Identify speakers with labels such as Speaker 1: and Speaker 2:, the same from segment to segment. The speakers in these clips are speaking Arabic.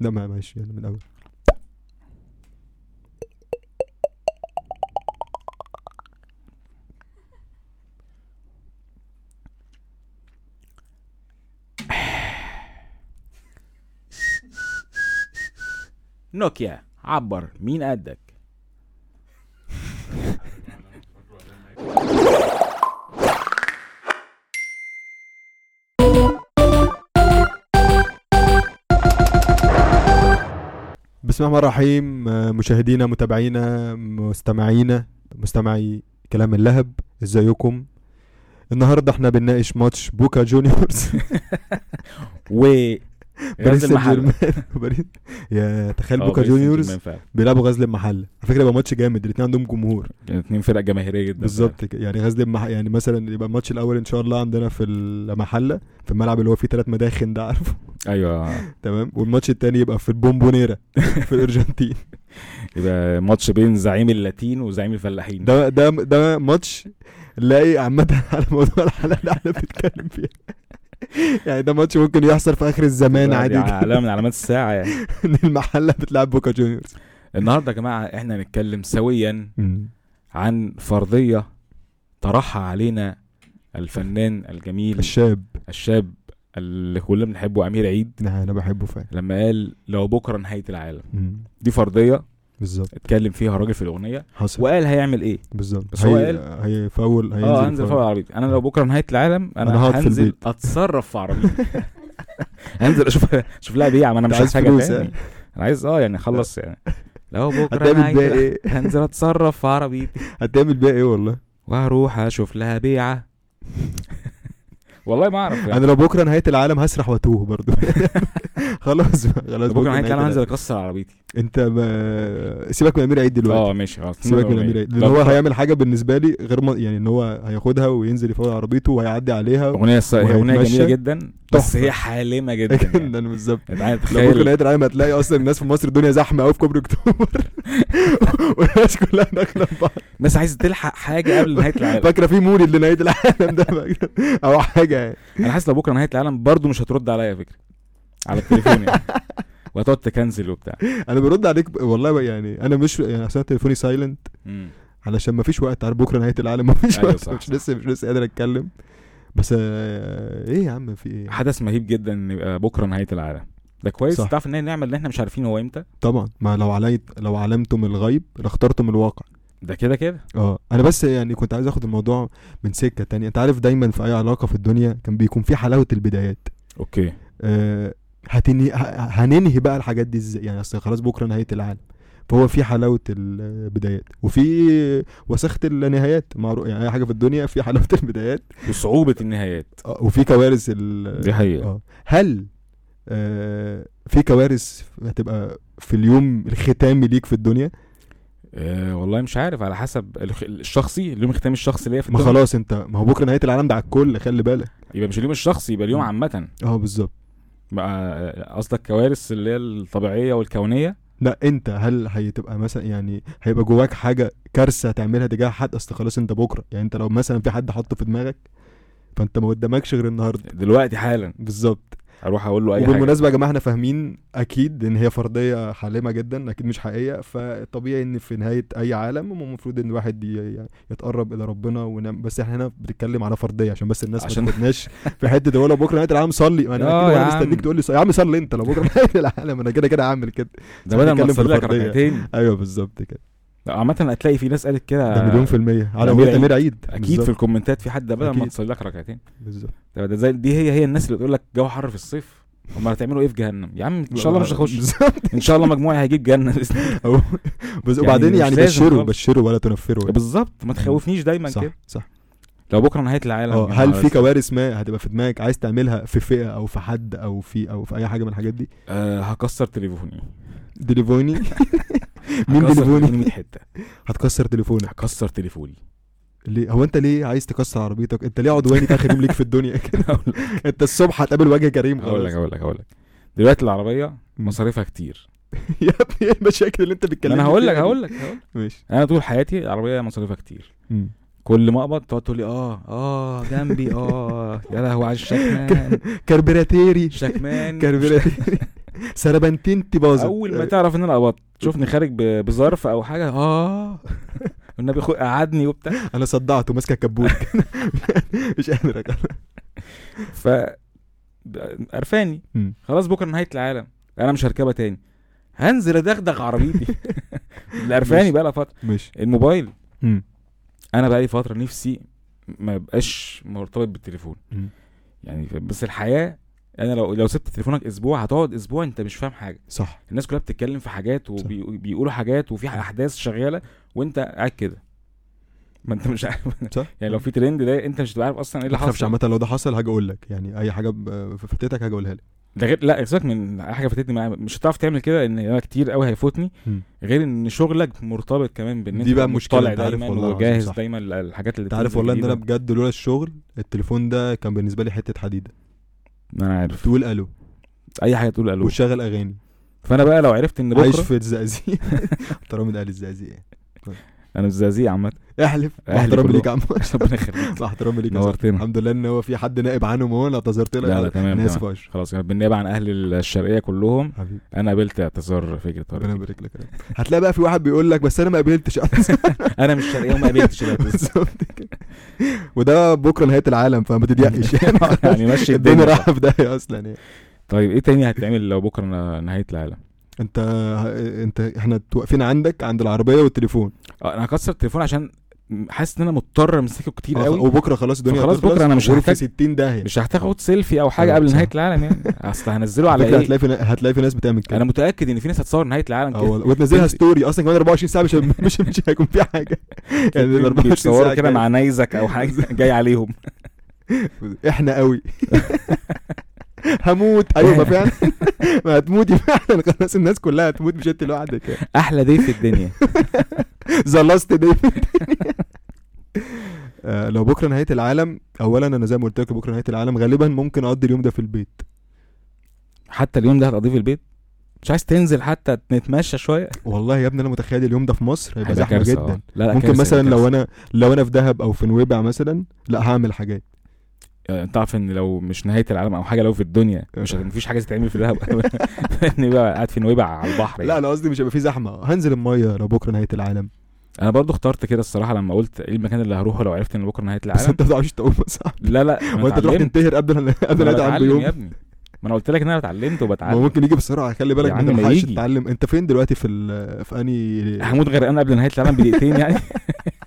Speaker 1: لا ما- معلش يلا من الاول
Speaker 2: نوكيا عبر مين قدك
Speaker 1: بسم الله الرحمن الرحيم آه، مشاهدينا متابعينا مستمعينا مستمعي كلام اللهب ازيكم النهارده احنا بنناقش ماتش بوكا جونيورز
Speaker 2: و
Speaker 1: باريس
Speaker 2: غزل
Speaker 1: سان
Speaker 2: المحلة.
Speaker 1: جيرمان وباريس- يا تخيل
Speaker 2: آه،
Speaker 1: بوكا
Speaker 2: باريس سان
Speaker 1: جونيورز
Speaker 2: جيرمان فعلا.
Speaker 1: بيلعبوا غزل المحله على فكره يبقى ماتش جامد الاثنين عندهم جمهور
Speaker 2: كان اتنين فرق جماهيريه جدا
Speaker 1: بالظبط كده. يعني غزل المح... يعني مثلا يبقى الماتش الاول ان شاء الله عندنا في المحله في الملعب اللي هو فيه ثلاث مداخن ده عارفه
Speaker 2: فعلا. ايوه
Speaker 1: تمام والماتش الثاني يبقى في البومبونيرا في الارجنتين
Speaker 2: يبقى ماتش بين زعيم اللاتين وزعيم الفلاحين
Speaker 1: ده ده ده ماتش لاقي عامه على موضوع الحلقه اللي احنا بنتكلم فيها يعني ده ماتش ممكن يحصل في اخر الزمان عادي
Speaker 2: يعني
Speaker 1: جدا،
Speaker 2: علامه من علامات الساعه يعني
Speaker 1: ان المحله بتلعب بوكا جونيورز
Speaker 2: النهارده يا جماعه احنا هنتكلم سويا عن فرضيه طرحها علينا الفنان الجميل
Speaker 1: الشاب
Speaker 2: الشاب اللي كلنا بنحبه امير عيد
Speaker 1: نعم، انا بحبه فعلا
Speaker 2: لما قال لو بكره نهايه العالم
Speaker 1: مم.
Speaker 2: دي فرضيه
Speaker 1: بالظبط
Speaker 2: اتكلم فيها راجل في الاغنيه
Speaker 1: حصل
Speaker 2: وقال هيعمل ايه
Speaker 1: بالظبط
Speaker 2: بس هو
Speaker 1: هي-
Speaker 2: قال-
Speaker 1: هيفول هينزل
Speaker 2: اه هنزل
Speaker 1: يفول.
Speaker 2: فوق عربيتي انا لو بكره نهايه العالم انا,
Speaker 1: أنا هقعد في
Speaker 2: هنزل
Speaker 1: البيت.
Speaker 2: اتصرف في عربيتي هنزل اشوف اشوف لها بيع ما انا
Speaker 1: أنت
Speaker 2: مش
Speaker 1: عايز
Speaker 2: عايز حاجه
Speaker 1: فلوس
Speaker 2: تاني
Speaker 1: يعني.
Speaker 2: انا عايز اه يعني اخلص يعني لو بكره
Speaker 1: هتعمل بيها
Speaker 2: نهايه
Speaker 1: ايه؟
Speaker 2: هنزل اتصرف في عربيتي
Speaker 1: هتعمل بيها ايه والله؟
Speaker 2: وهروح اشوف لها بيعه والله ما اعرف يعني
Speaker 1: انا لو بكره نهايه العالم هسرح واتوه برضو خلاص خلاص
Speaker 2: لو بكره نهايه العالم هنزل اكسر عربيتي
Speaker 1: انت ما... سيبك من امير عيد دلوقتي
Speaker 2: اه ماشي خلاص
Speaker 1: سيبك من امير عيد لان
Speaker 2: لو
Speaker 1: هو
Speaker 2: بكرة-
Speaker 1: هيعمل حاجه بالنسبه لي غير ما يعني ان هو هياخدها وينزل يفوق عربيته وهيعدي عليها
Speaker 2: اغنيه الس- هي اغنيه
Speaker 1: وهيتمشى.
Speaker 2: جميله جدا بس
Speaker 1: تحفة.
Speaker 2: هي حالمه جدا يعني.
Speaker 1: جدا بالظبط
Speaker 2: انت عارف
Speaker 1: لو ممكن
Speaker 2: تخيل
Speaker 1: نهايه العالم هتلاقي اصلا الناس في مصر الدنيا زحمه قوي في كوبري اكتوبر والناس كلها داخله في بعض
Speaker 2: الناس عايزه تلحق حاجه قبل نهايه العالم
Speaker 1: فاكره في مولد لنهايه العالم ده او حاجه يعني
Speaker 2: انا حاسس لو بكره نهايه العالم برضو مش هترد عليا على فكره على التليفون يعني وهتقعد تكنسل وبتاع
Speaker 1: انا برد عليك ب- والله بقى يعني انا مش يعني عشان تليفوني سايلنت
Speaker 2: مم.
Speaker 1: علشان ما فيش وقت عارف بكره نهايه العالم ما فيش
Speaker 2: أيوة
Speaker 1: وقت
Speaker 2: صح،
Speaker 1: مش
Speaker 2: صح.
Speaker 1: لسه مش لسه قادر اتكلم بس آه، ايه يا عم في ايه
Speaker 2: حدث مهيب جدا ان يبقى بكره نهايه العالم ده كويس
Speaker 1: صح.
Speaker 2: تعرف ان هي نعمه اللي احنا مش عارفين هو امتى
Speaker 1: طبعا ما لو علي لو علمتم الغيب لاخترتم الواقع
Speaker 2: ده كده كده
Speaker 1: اه انا بس يعني كنت عايز اخد الموضوع من سكه تانية انت عارف دايما في اي علاقه في الدنيا كان بيكون في حلاوه البدايات
Speaker 2: اوكي
Speaker 1: آه هتني... ه- هننهي بقى الحاجات دي ازاي يعني اصل خلاص بكره نهايه العالم فهو في حلاوه البدايات وفي وسخه النهايات معروف يعني اي حاجه في الدنيا في حلاوه البدايات
Speaker 2: وصعوبه النهايات
Speaker 1: آه، وفي كوارث ال...
Speaker 2: دي حقيقه
Speaker 1: اه هل آه في كوارث هتبقى في اليوم الختامي ليك في الدنيا
Speaker 2: أه والله مش عارف على حسب الخ- الشخصي اليوم الختامي الشخصي ليا في
Speaker 1: ما
Speaker 2: الدنيا.
Speaker 1: خلاص انت ما هو بكره نهايه العالم ده على الكل خلي بالك
Speaker 2: يبقى مش اليوم الشخصي يبقى اليوم
Speaker 1: مم.
Speaker 2: عامه
Speaker 1: اه بالظبط
Speaker 2: بقى- آه، قصدك كوارث اللي هي الطبيعيه والكونيه
Speaker 1: لا انت هل هتبقى مثلا يعني هيبقى جواك حاجه كارثه هتعملها تجاه حد اصل خلاص انت بكره يعني انت لو مثلا في حد حطه في دماغك فانت ما قدامكش غير النهارده
Speaker 2: دلوقتي حالا
Speaker 1: بالظبط
Speaker 2: اروح اقول له اي حاجه
Speaker 1: وبالمناسبه يا جماعه احنا فاهمين اكيد ان هي فرضيه حالمه جدا اكيد مش حقيقيه فطبيعي ان في نهايه اي عالم المفروض ان الواحد ي- يعني يتقرب الى ربنا ونعم بس احنا هنا بنتكلم على فرضيه عشان بس الناس
Speaker 2: عشان-
Speaker 1: ما تاخدناش في حته هو لو بكره نهايه العالم صلي ما
Speaker 2: آه
Speaker 1: انا
Speaker 2: يا
Speaker 1: اكيد وانا
Speaker 2: عم.
Speaker 1: مستنيك تقول لي صلي. يا عم صلي انت لو بكره نهايه العالم انا كده كده هعمل كده
Speaker 2: ده بدل ما
Speaker 1: بنتكلم في
Speaker 2: تصلي لك
Speaker 1: الفردية.
Speaker 2: ركعتين
Speaker 1: ايوه بالظبط كده
Speaker 2: لا، عامة هتلاقي في ناس قالت كده
Speaker 1: ده مليون في المية على
Speaker 2: أمير
Speaker 1: أمير أمير
Speaker 2: عيد.
Speaker 1: عيد
Speaker 2: اكيد
Speaker 1: بالظبط،
Speaker 2: في الكومنتات في حد ده بدل ما
Speaker 1: أكيد.
Speaker 2: تصلي لك ركعتين
Speaker 1: بالظبط
Speaker 2: ده ده زي دي هي هي الناس اللي بتقول لك جو حر في الصيف هم هتعملوا ايه في جهنم يا عم ان شاء الله مش هخش
Speaker 1: بالظبط
Speaker 2: ان شاء الله مجموعي هيجيب جهنم
Speaker 1: أو- بس وبعدين
Speaker 2: مش
Speaker 1: يعني
Speaker 2: لازم
Speaker 1: بشروا
Speaker 2: خالص.
Speaker 1: بشروا ولا تنفروا يعني.
Speaker 2: بالظبط ما تخوفنيش دايما
Speaker 1: صح
Speaker 2: كده آه،
Speaker 1: صح
Speaker 2: لو بكره نهايه العالم
Speaker 1: اه
Speaker 2: يا
Speaker 1: هل
Speaker 2: نهار
Speaker 1: في
Speaker 2: أسود.
Speaker 1: كوارث ما هتبقى في دماغك عايز تعملها في فئة أو في حد أو في أو في أي حاجة من الحاجات دي
Speaker 2: آه هكسر تليفوني
Speaker 1: ديليفوني مين
Speaker 2: هكسر
Speaker 1: ديليفوني
Speaker 2: 100 حته
Speaker 1: هتكسر تليفونك
Speaker 2: هكسر تليفوني
Speaker 1: ليه هو أنت ليه عايز تكسر عربيتك أنت ليه عدواني في آخر يوم ليك في الدنيا كده
Speaker 2: هقول
Speaker 1: أنت الصبح هتقابل وجه كريم
Speaker 2: هقول لك
Speaker 1: خلاص
Speaker 2: هقول لك هقول لك دلوقتي العربية مصاريفها كتير
Speaker 1: يا ابني ايه المشاكل اللي أنت
Speaker 2: ما
Speaker 1: بتتكلم
Speaker 2: انا هقول لك هقول لك هقول لك.
Speaker 1: ماشي
Speaker 2: انا طول حياتي العربية مصاريفها كتير
Speaker 1: مم.
Speaker 2: كل ما اقبض تقعد تقول لي اه اه آه، جنبي اه يا لهوي على الشكمان
Speaker 1: كربراتيري
Speaker 2: شكمان
Speaker 1: إيه؟ كربراتيري سربنتين تباظت
Speaker 2: اول ما تعرف ان انا قبضت شوفني خارج ب- بظرف او حاجه اه والنبي خو- قعدني وبتاع
Speaker 1: انا صدعت وماسكه كبوت كده. مش قادر أكمل.
Speaker 2: ف ب- قرفاني
Speaker 1: مم.
Speaker 2: خلاص بكره نهايه العالم انا مش هركبها تاني هنزل ادغدغ عربيتي اللي قرفاني
Speaker 1: مش-
Speaker 2: بقى لها فتره
Speaker 1: مش
Speaker 2: الموبايل
Speaker 1: مم.
Speaker 2: انا بقى لي فتره نفسي ما بقاش مرتبط بالتليفون
Speaker 1: مم.
Speaker 2: يعني ف- بس الحياه انا لو لو سبت تليفونك اسبوع هتقعد اسبوع انت مش فاهم حاجه
Speaker 1: صح
Speaker 2: الناس كلها بتتكلم في حاجات وبيقولوا حاجات وفي احداث شغاله وانت قاعد كده ما انت مش عارف
Speaker 1: صح
Speaker 2: يعني لو في ترند ده انت مش هتبقى عارف اصلا ايه اللي
Speaker 1: ما تخافش
Speaker 2: حصل
Speaker 1: عامه لو ده حصل هاجي اقول لك يعني اي حاجه ب- فاتتك هاجي اقولها لك
Speaker 2: ده غير لا سيبك من حاجه فاتتني معايا مش هتعرف تعمل كده ان انا كتير قوي هيفوتني
Speaker 1: مم.
Speaker 2: غير ان شغلك مرتبط كمان بان
Speaker 1: دي
Speaker 2: انت
Speaker 1: بقى
Speaker 2: تبقى
Speaker 1: المشكلة،
Speaker 2: مطلع
Speaker 1: انت عارف
Speaker 2: دايما
Speaker 1: والله العظيم،
Speaker 2: وجاهز
Speaker 1: صح.
Speaker 2: دايما للحاجات اللي
Speaker 1: انت عارف
Speaker 2: بتنزل إيه
Speaker 1: والله ان انا
Speaker 2: جديدة.
Speaker 1: بجد لولا الشغل التليفون ده كان بالنسبه لي حته حديده
Speaker 2: انا عارف
Speaker 1: تقول الو
Speaker 2: اي حاجه تقول الو
Speaker 1: وشغل اغاني
Speaker 2: فانا بقى لو عرفت ان
Speaker 1: عايش
Speaker 2: بكره
Speaker 1: في الزقازيق احترامي لأهل الزقازيق يعني.
Speaker 2: انا مش زقازيق عامه
Speaker 1: احلف
Speaker 2: أهلي
Speaker 1: مع احترامي
Speaker 2: كلهم.
Speaker 1: ليك يا عم
Speaker 2: ربنا يخليك
Speaker 1: مع احترامي ليك يا صاحبي.
Speaker 2: نورتنا
Speaker 1: الحمد لله ان هو في حد نائب عنهم هو انا اعتذرت لك
Speaker 2: لا لا تمام
Speaker 1: انا اسف
Speaker 2: تمام
Speaker 1: يا اشرف
Speaker 2: خلاص يعني بالنيابه عن اهل الشرقيه كلهم
Speaker 1: حبيبي
Speaker 2: انا قبلت اعتذار فكره
Speaker 1: ربنا
Speaker 2: طارق
Speaker 1: يبارك لك يا رب. هتلاقي بقى في واحد بيقول لك بس انا ما قبلتش
Speaker 2: انا مش شرقيه وما قبلتش الاعتذار
Speaker 1: بالظبط كده. وده بكره نهايه العالم فما تضيقش يعني
Speaker 2: يعني مشي
Speaker 1: الدنيا
Speaker 2: الدنيا
Speaker 1: رايحه في داهيه اصلا يعني
Speaker 2: طيب ايه تاني هتعمل لو بكره ن- نهايه العالم
Speaker 1: انت انت احنا واقفين عندك عند العربيه والتليفون
Speaker 2: آه، انا هكسر التليفون عشان حاسس ان انا مضطر امسكه كتير
Speaker 1: آه،
Speaker 2: قوي
Speaker 1: وبكره خلاص الدنيا
Speaker 2: فخلاص
Speaker 1: هتخلص
Speaker 2: بكرة أنا مش
Speaker 1: وفي
Speaker 2: هحتاج-
Speaker 1: 60 داهيه
Speaker 2: مش هتاخد سيلفي او حاجه
Speaker 1: آه،
Speaker 2: قبل
Speaker 1: صح.
Speaker 2: نهايه العالم يعني اصل هنزله على
Speaker 1: على فكره
Speaker 2: ايه
Speaker 1: هتلاقي في هتلاقي في ناس بتعمل كده
Speaker 2: انا متاكد ان في ناس هتصور نهايه العالم
Speaker 1: اه
Speaker 2: كده
Speaker 1: والله. وتنزلها
Speaker 2: بنت-
Speaker 1: ستوري اصلا كمان 24 ساعه مش مش مش هيكون في حاجه يعني ال 24
Speaker 2: بيتصوروا
Speaker 1: ساعه
Speaker 2: كده مع نيزك او حاجه جاي عليهم
Speaker 1: كده. احنا قوي هموت ايوه ما فعلا ما هتموتي فعلا خلاص الناس كلها هتموت مش انت لوحدك
Speaker 2: احلى دي في الدنيا
Speaker 1: ذا لاست داي آه، لو بكره نهايه العالم اولا انا زي ما قلت لك بكره نهايه العالم غالبا ممكن اقضي اليوم ده في البيت
Speaker 2: حتى اليوم ده هتقضيه في البيت مش عايز تنزل حتى نتمشى شويه
Speaker 1: والله يا ابني انا متخيل اليوم ده في مصر هيبقى
Speaker 2: هيبقى
Speaker 1: زحمه
Speaker 2: كارثة،
Speaker 1: جدا
Speaker 2: آه. لا لا
Speaker 1: ممكن
Speaker 2: كارثة،
Speaker 1: مثلا لو
Speaker 2: كارثة.
Speaker 1: انا لو انا في دهب او في نويبع مثلا لا هعمل حاجات
Speaker 2: آه، انت عارف ان لو مش نهايه العالم او حاجه لو في الدنيا مش هت- مفيش حاجه تتعمل في دهب اني بقى قاعد في نويبع على البحر
Speaker 1: لا
Speaker 2: يعني.
Speaker 1: انا قصدي مش هيبقى في زحمه هنزل الميه لو بكره نهايه العالم
Speaker 2: انا برضو اخترت كده الصراحه لما قلت ايه المكان اللي هروحه لو عرفت ان بكره نهايه
Speaker 1: بس
Speaker 2: العالم
Speaker 1: انت ما تعرفش تقوم صح
Speaker 2: لا لا أنا
Speaker 1: وانت تروح
Speaker 2: اتعلمت.
Speaker 1: تنتهر قبل قبل
Speaker 2: ما
Speaker 1: نهايه العالم
Speaker 2: بتعلم يا
Speaker 1: بيوم
Speaker 2: ابني ما انا قلت لك ان انا اتعلمت
Speaker 1: ما هو
Speaker 2: وبتعلم
Speaker 1: ممكن يجي بسرعه خلي بالك
Speaker 2: يا
Speaker 1: ما
Speaker 2: عم ما
Speaker 1: تلحقش
Speaker 2: يجي.
Speaker 1: تتعلم انت فين دلوقتي في ال... في اني
Speaker 2: هموت غرقان قبل نهايه العالم بدقيقتين يعني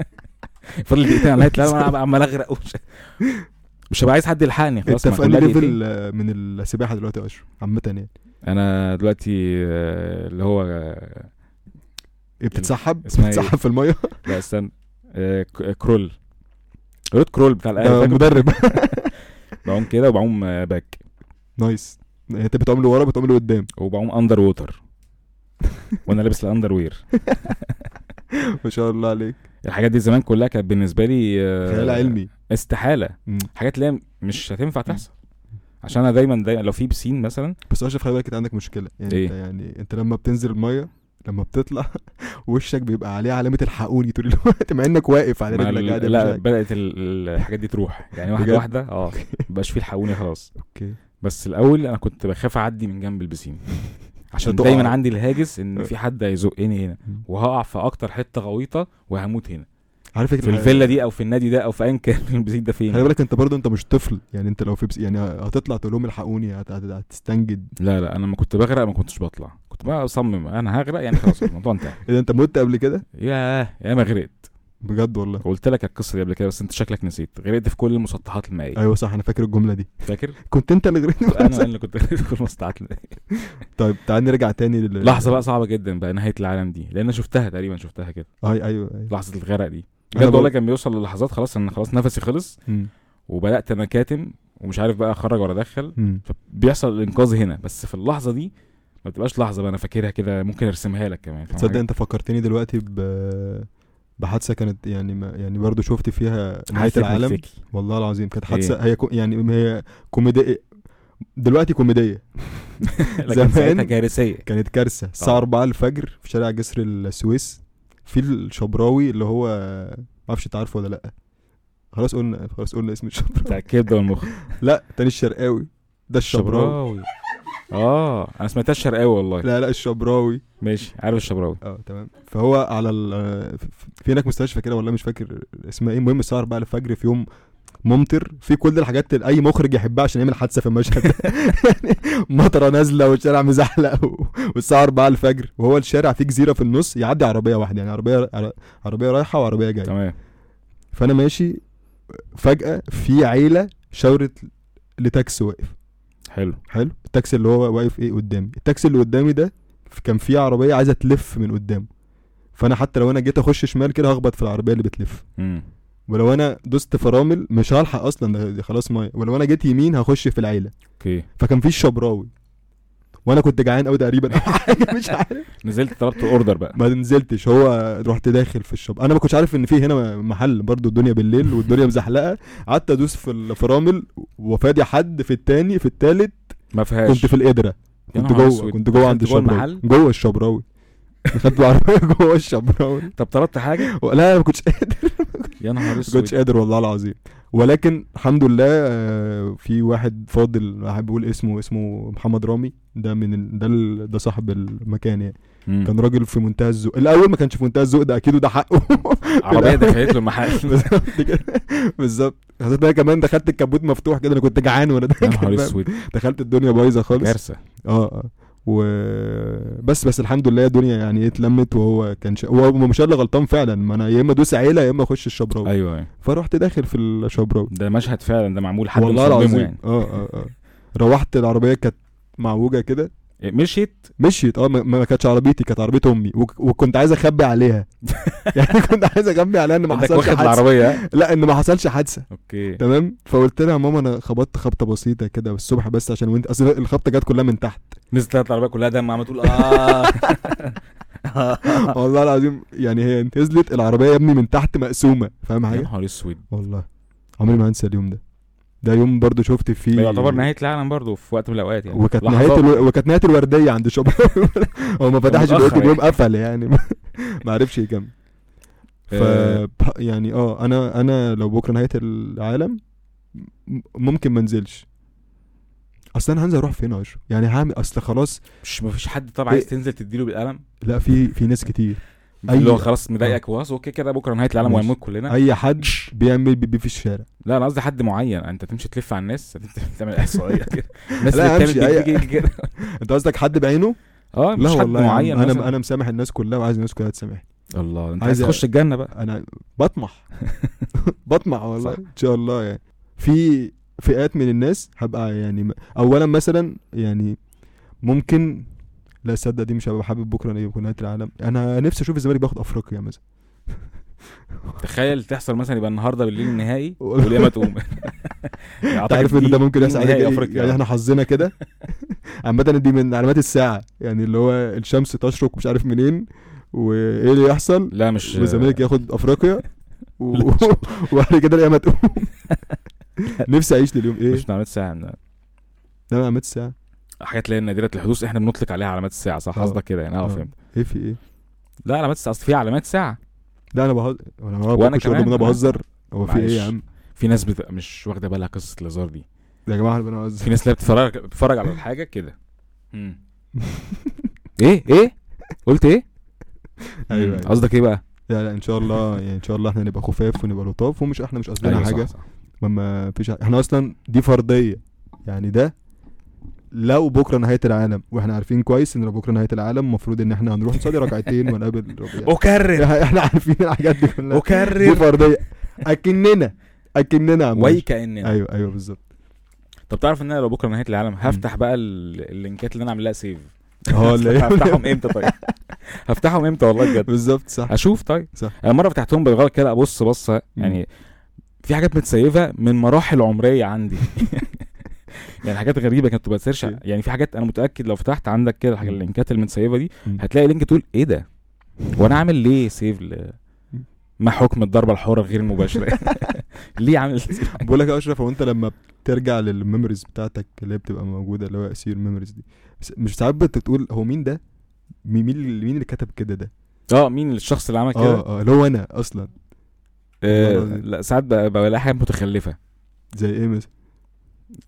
Speaker 2: فضل دقيقتين على نهايه العالم انا عمال اغرق ومش- مش هبقى عايز حد يلحقني خلاص
Speaker 1: انت
Speaker 2: ما
Speaker 1: في اني
Speaker 2: كلها دقيقتين.
Speaker 1: ليفل آه، من السباحه دلوقتي يا اشرف عامه يعني
Speaker 2: انا دلوقتي آه، اللي هو آه،
Speaker 1: إيه، بتتسحب
Speaker 2: اسمها ايه؟
Speaker 1: بتتسحب في الميه
Speaker 2: لا استنى آه، ك- آه، كرول رود كرول بتاع الاهلي
Speaker 1: ده
Speaker 2: إيه، فاكر؟
Speaker 1: آه، مدرب
Speaker 2: بعوم كده وبعوم آه، باك
Speaker 1: نايس يعني انت بتعمل ورا بتعمل قدام
Speaker 2: وبعوم اندر ووتر وانا لابس الاندر وير
Speaker 1: ما شاء الله عليك
Speaker 2: الحاجات دي زمان كلها كانت بالنسبه لي آه،
Speaker 1: خيال علمي
Speaker 2: استحاله
Speaker 1: مم.
Speaker 2: حاجات اللي هي مش هتنفع تحصل عشان انا دايما دايما لو في بسين مثلا
Speaker 1: بس اشرف خلي بالك انت عندك مشكله يعني
Speaker 2: ايه؟
Speaker 1: انت يعني انت لما بتنزل الميه لما بتطلع وشك بيبقى عليه علامه الحقوني طول الوقت مع انك واقف على
Speaker 2: مع
Speaker 1: رجلك
Speaker 2: ال-
Speaker 1: قاعد
Speaker 2: لا بدات ال- الحاجات دي تروح يعني واحده
Speaker 1: بجد؟
Speaker 2: واحده اه مبقاش فيه الحقوني خلاص
Speaker 1: اوكي
Speaker 2: بس الاول انا كنت بخاف اعدي من جنب البسين عشان
Speaker 1: هتقع.
Speaker 2: دايما عندي الهاجس ان في حد هيزقني هنا
Speaker 1: مم.
Speaker 2: وهقع في اكتر حته غويطه وهموت هنا
Speaker 1: عارف
Speaker 2: في الفيلا دي او في النادي ده او في ايا كان البسين ده فين
Speaker 1: خلي بالك انت برضه انت مش طفل يعني انت لو في بس يعني هتطلع تقول لهم الحقوني هت- هت- هتستنجد
Speaker 2: لا لا انا لما كنت بغرق ما كنتش بطلع كنت بقى اصمم انا هغرق يعني خلاص الموضوع انتهى
Speaker 1: اذا انت إيه مت قبل كده
Speaker 2: ياه يا ما غرقت
Speaker 1: بجد والله
Speaker 2: قلت لك القصه دي قبل كده بس انت شكلك نسيت غرقت في كل المسطحات المائيه
Speaker 1: ايوه صح انا فاكر الجمله دي
Speaker 2: فاكر
Speaker 1: كنت انت اللي غرقت
Speaker 2: انا انا اللي كنت غرقت في كل المسطحات المائيه
Speaker 1: طيب تعال نرجع تاني لل...
Speaker 2: لحظه بقى صعبه جدا بقى نهايه العالم دي لان انا شفتها تقريبا شفتها كده
Speaker 1: اي ايوه ايوه
Speaker 2: لحظه الغرق دي
Speaker 1: أنا
Speaker 2: بجد والله
Speaker 1: بقول-
Speaker 2: كان بيوصل للحظات خلاص ان خلاص نفسي خلص
Speaker 1: مم.
Speaker 2: وبدات انا كاتم ومش عارف بقى اخرج ولا ادخل
Speaker 1: مم.
Speaker 2: بيحصل الانقاذ هنا بس في اللحظه دي ما بتبقاش لحظه بقى انا فاكرها كده ممكن ارسمها لك كمان فاهم
Speaker 1: تصدق
Speaker 2: حاجة؟
Speaker 1: انت فكرتني دلوقتي ب بحادثه كانت يعني ما يعني برضه شفت فيها نهايه
Speaker 2: عايزك
Speaker 1: العالم
Speaker 2: تمسكي.
Speaker 1: والله العظيم
Speaker 2: إيه؟
Speaker 1: كانت حادثه هي كو... يعني ما هي كوميديه دلوقتي كوميديه
Speaker 2: لكن ساعتها
Speaker 1: زمان.
Speaker 2: كارثيه
Speaker 1: كانت
Speaker 2: آه.
Speaker 1: كارثه الساعه 4 الفجر في شارع جسر السويس في الشبراوي اللي هو ما اعرفش انت عارفه ولا لا خلاص قلنا خلاص قلنا اسم الشبراوي
Speaker 2: بتاع الكبده والمخ
Speaker 1: لا تاني الشرقاوي ده الشبراوي
Speaker 2: شبراوي اه انا سمعتها الشرقاوي والله
Speaker 1: لا لا الشبراوي
Speaker 2: ماشي عارف الشبراوي
Speaker 1: اه تمام فهو على ال في هناك مستشفى كده والله مش فاكر اسمها ايه المهم السهر بقى الفجر في يوم ممطر في كل الحاجات اللي اي مخرج يحبها عشان يعمل حادثه في المشهد ده يعني مطره نازله والشارع مزحلق و- والساعه 4 الفجر وهو الشارع فيه جزيره في النص يعدي عربيه واحده يعني عربيه عر- عربيه رايحه وعربيه جايه
Speaker 2: تمام
Speaker 1: فانا ماشي فجاه في عيله شاورت لتاكسي واقف
Speaker 2: حلو
Speaker 1: حلو التاكسي اللي هو واقف ايه قدامي التاكسي اللي قدامي ده كان فيه عربيه عايزه تلف من قدامه فانا حتى لو انا جيت اخش شمال كده هخبط في العربيه اللي بتلف
Speaker 2: امم
Speaker 1: ولو انا دوست فرامل مش هلحق اصلا ده- ده خلاص ميه ولو انا جيت يمين هخش في العيله
Speaker 2: اوكي
Speaker 1: فكان في الشبراوي وانا كنت جعان قوي تقريبا او حاجه مش عارف
Speaker 2: نزلت طلبت اوردر بقى
Speaker 1: ما نزلتش هو رحت داخل في الشب انا ما كنتش عارف ان في هنا محل برضو الدنيا بالليل والدنيا مزحلقه قعدت ادوس في الفرامل وفادي حد في التاني في التالت
Speaker 2: ما فيهاش
Speaker 1: كنت في القدره
Speaker 2: يا
Speaker 1: كنت
Speaker 2: نهار
Speaker 1: جوه
Speaker 2: أسود.
Speaker 1: كنت جوه عند
Speaker 2: دخلت جوه
Speaker 1: الشبراوي
Speaker 2: المحل؟
Speaker 1: جوه الشبراوي دخلت العربيه جوه الشبراوي
Speaker 2: طب طلبت حاجه
Speaker 1: لا ما كنتش
Speaker 2: يا نهار
Speaker 1: ما كنتش
Speaker 2: اسود
Speaker 1: قادر والله العظيم ولكن الحمد لله آه، في واحد فاضل احب اقول اسمه اسمه محمد رامي ده من ال... ده ال... ده صاحب المكان يعني
Speaker 2: مم.
Speaker 1: كان راجل في منتهى الذوق الاول ما كانش في منتهى الذوق ده اكيد وده حقه
Speaker 2: عربيه دخلت له المحل
Speaker 1: بالظبط كده بالظبط خاصة انا كمان دخلت الكبوت مفتوح كده انا كنت جعان وانا
Speaker 2: يا
Speaker 1: داخل
Speaker 2: نهار
Speaker 1: بقى.
Speaker 2: اسود
Speaker 1: دخلت الدنيا بايظه خالص
Speaker 2: كارثه
Speaker 1: اه اه و بس بس الحمد لله الدنيا يعني إيه، اتلمت وهو كان شا... هو مش أنا اللي غلطان فعلا ما انا يا اما ادوس عيله يا اما اخش الشبراوي
Speaker 2: ايوه أيوة.
Speaker 1: فرحت داخل في الشبراوي
Speaker 2: ده مشهد فعلا ده معمول حد
Speaker 1: والله
Speaker 2: مصممه
Speaker 1: العظيم
Speaker 2: يعني
Speaker 1: اه اه اه روحت العربيه كانت معوجه كده
Speaker 2: إيه، مشيت
Speaker 1: مشيت اه ما ما كانتش عربيتي كانت عربيه امي وك- وكنت عايز اخبي عليها يعني كنت عايز اخبي عليها ان ما
Speaker 2: انك
Speaker 1: حصلش
Speaker 2: واخد
Speaker 1: حادثه
Speaker 2: العربيه
Speaker 1: لا ان ما حصلش حادثه
Speaker 2: اوكي
Speaker 1: تمام فقلت لها ماما انا خبطت خبطه بسيطه كده الصبح بس عشان وانت اصل الخبطه جت كلها من تحت
Speaker 2: نزلت طلعت العربيه كلها دم عم تقول اه
Speaker 1: والله العظيم يعني هي نزلت العربيه يا ابني من تحت مقسومه فاهم
Speaker 2: يا
Speaker 1: حاجه
Speaker 2: نهار اسود
Speaker 1: والله عمري ما هنسى اليوم ده ده يوم برضو شفت فيه
Speaker 2: ده يعتبر نهايه العالم برضه في وقت من الاوقات يعني
Speaker 1: إيه. وكانت
Speaker 2: لحظات.
Speaker 1: نهايه الو... وكانت نهايه الورديه عند شوب هو ما فتحش
Speaker 2: متأخر
Speaker 1: دلوقتي
Speaker 2: يعني.
Speaker 1: اليوم قفل يعني ما عرفش يكمل ف
Speaker 2: آه.
Speaker 1: ب- يعني اه انا انا لو بكره نهايه العالم م- ممكن ما انزلش اصل انا هنزل اروح فين يا اشرف يعني هعمل اصل خلاص
Speaker 2: مش مفيش حد طبعا عايز
Speaker 1: إيه؟
Speaker 2: تنزل تديله بالقلم
Speaker 1: لا في في ناس كتير أي-
Speaker 2: اللي هو خلاص مضايقك وخلاص اوكي كده بكره نهايه العالم
Speaker 1: آه. ماشي. أيوة.
Speaker 2: وهنموت كلنا
Speaker 1: اي حد بيعمل بيبي في الشارع
Speaker 2: لا انا قصدي حد معين انت تمشي تلف على الناس أنت تعمل احصائيه كده الناس
Speaker 1: لا،
Speaker 2: اللي
Speaker 1: أمشي،
Speaker 2: بتعمل بيج-
Speaker 1: أي-
Speaker 2: بيج- بيج كده
Speaker 1: انت قصدك حد بعينه لا
Speaker 2: اه مش حد
Speaker 1: والله يا عم،
Speaker 2: معين
Speaker 1: انا
Speaker 2: مثلاً.
Speaker 1: انا مسامح الناس كلها وعايز الناس كلها تسامحني
Speaker 2: الله انت
Speaker 1: عايز
Speaker 2: عايز
Speaker 1: أ-
Speaker 2: تخش الجنه بقى
Speaker 1: انا بطمح بطمع والله
Speaker 2: صح.
Speaker 1: ان شاء الله يعني في فئات من الناس هبقى يعني م- اولا مثلا يعني ممكن لا صدق دي مش هبقى حابب بكره ان يكون نهايه العالم انا نفسي اشوف الزمالك باخد افريقيا مثلا
Speaker 2: تخيل تحصل مثلا يبقى النهارده بالليل النهائي
Speaker 1: والله.
Speaker 2: والقيامه تقوم يعني
Speaker 1: انت عارف ان ده ممكن يحصل على
Speaker 2: نهائي
Speaker 1: كده؟
Speaker 2: افريقيا
Speaker 1: يعني احنا حظنا كده عامة دي من علامات الساعة يعني اللي هو الشمس تشرق مش عارف منين وايه اللي يحصل
Speaker 2: لا مش
Speaker 1: والزمالك ياخد افريقيا و- وبعد كده القيامة تقوم نفسي اعيش لليوم ايه
Speaker 2: مش من علامات الساعه من-
Speaker 1: ده علامات الساعة
Speaker 2: حاجات اللي هي نادره الحدوث احنا بنطلق عليها علامات الساعه صح
Speaker 1: آه.
Speaker 2: قصدك كده يعني اه
Speaker 1: آه.
Speaker 2: فهمت
Speaker 1: ايه في ايه
Speaker 2: لا علامات الساعه اصل في علامات ساعه
Speaker 1: لا انا بهزر انا
Speaker 2: وأنا
Speaker 1: باكل شغل
Speaker 2: كمان،
Speaker 1: انا
Speaker 2: أنا-
Speaker 1: بهزر هو في ايه
Speaker 2: معلش.
Speaker 1: يا عم
Speaker 2: في ناس بتبقى مش واخده بالها قصه الهزار دي
Speaker 1: يا جماعة انا
Speaker 2: في
Speaker 1: بهزر
Speaker 2: ناس لا بتتفرج بتتفرج على الحاجه كده مم. ايه ايه قلت ايه
Speaker 1: ايوه
Speaker 2: مم.
Speaker 1: أيوة.
Speaker 2: قصدك ايه بقى
Speaker 1: لا لا ان شاء الله يعني ان شاء الله احنا نبقى خفاف ونبقى لطاف ومش احنا مش قصدنا
Speaker 2: أيوة صح،
Speaker 1: حاجة
Speaker 2: صح.
Speaker 1: ما فيش احنا اصلا دي فرضيه يعني ده لو بكره نهايه العالم واحنا عارفين كويس ان لو بكره نهايه العالم المفروض ان احنا هنروح نصلي ركعتين ونقابل ربنا
Speaker 2: اكرر
Speaker 1: يعني احنا عارفين الحاجات دي كلها دي
Speaker 2: اكرر
Speaker 1: فرضيه اكننا اكننا يا عم
Speaker 2: وي
Speaker 1: هاشم.
Speaker 2: كاننا
Speaker 1: ايوه ايوه بالظبط
Speaker 2: طب تعرف ان انا لو بكره نهايه العالم هفتح بقى ال- اللينكات اللي انا عامل لها سيف
Speaker 1: اه اللي هي-
Speaker 2: هفتحهم امتى طيب هفتحهم امتى والله بجد
Speaker 1: بالظبط صح
Speaker 2: اشوف طيب
Speaker 1: صح.
Speaker 2: انا مره فتحتهم بالغلط كده ابص بصه يعني في حاجات متسيفه من مراحل عمريه عندي يعني حاجات غريبه كانت بتبقى سيرش
Speaker 1: أوكي.
Speaker 2: يعني في حاجات انا متاكد لو فتحت عندك كده الحاجات
Speaker 1: مم.
Speaker 2: اللينكات المتسيفه دي
Speaker 1: مم.
Speaker 2: هتلاقي لينك تقول ايه ده وانا عامل ليه سيف ل...
Speaker 1: مم.
Speaker 2: ما حكم الضربه الحره غير المباشره ليه عامل
Speaker 1: بقول لك يا اشرف هو انت لما بترجع للميموريز بتاعتك اللي هي بتبقى موجوده اللي هو اسير ميموريز دي بس- مش ساعات بت- بتقول هو مين ده مين مين اللي مين اللي كتب كده ده
Speaker 2: اه مين الشخص اللي عمل كده
Speaker 1: اه اه اللي هو انا اصلا
Speaker 2: آه،
Speaker 1: والله العظيم.
Speaker 2: لا ساعات ب- بلاقي حاجات متخلفه
Speaker 1: زي ايه مثلا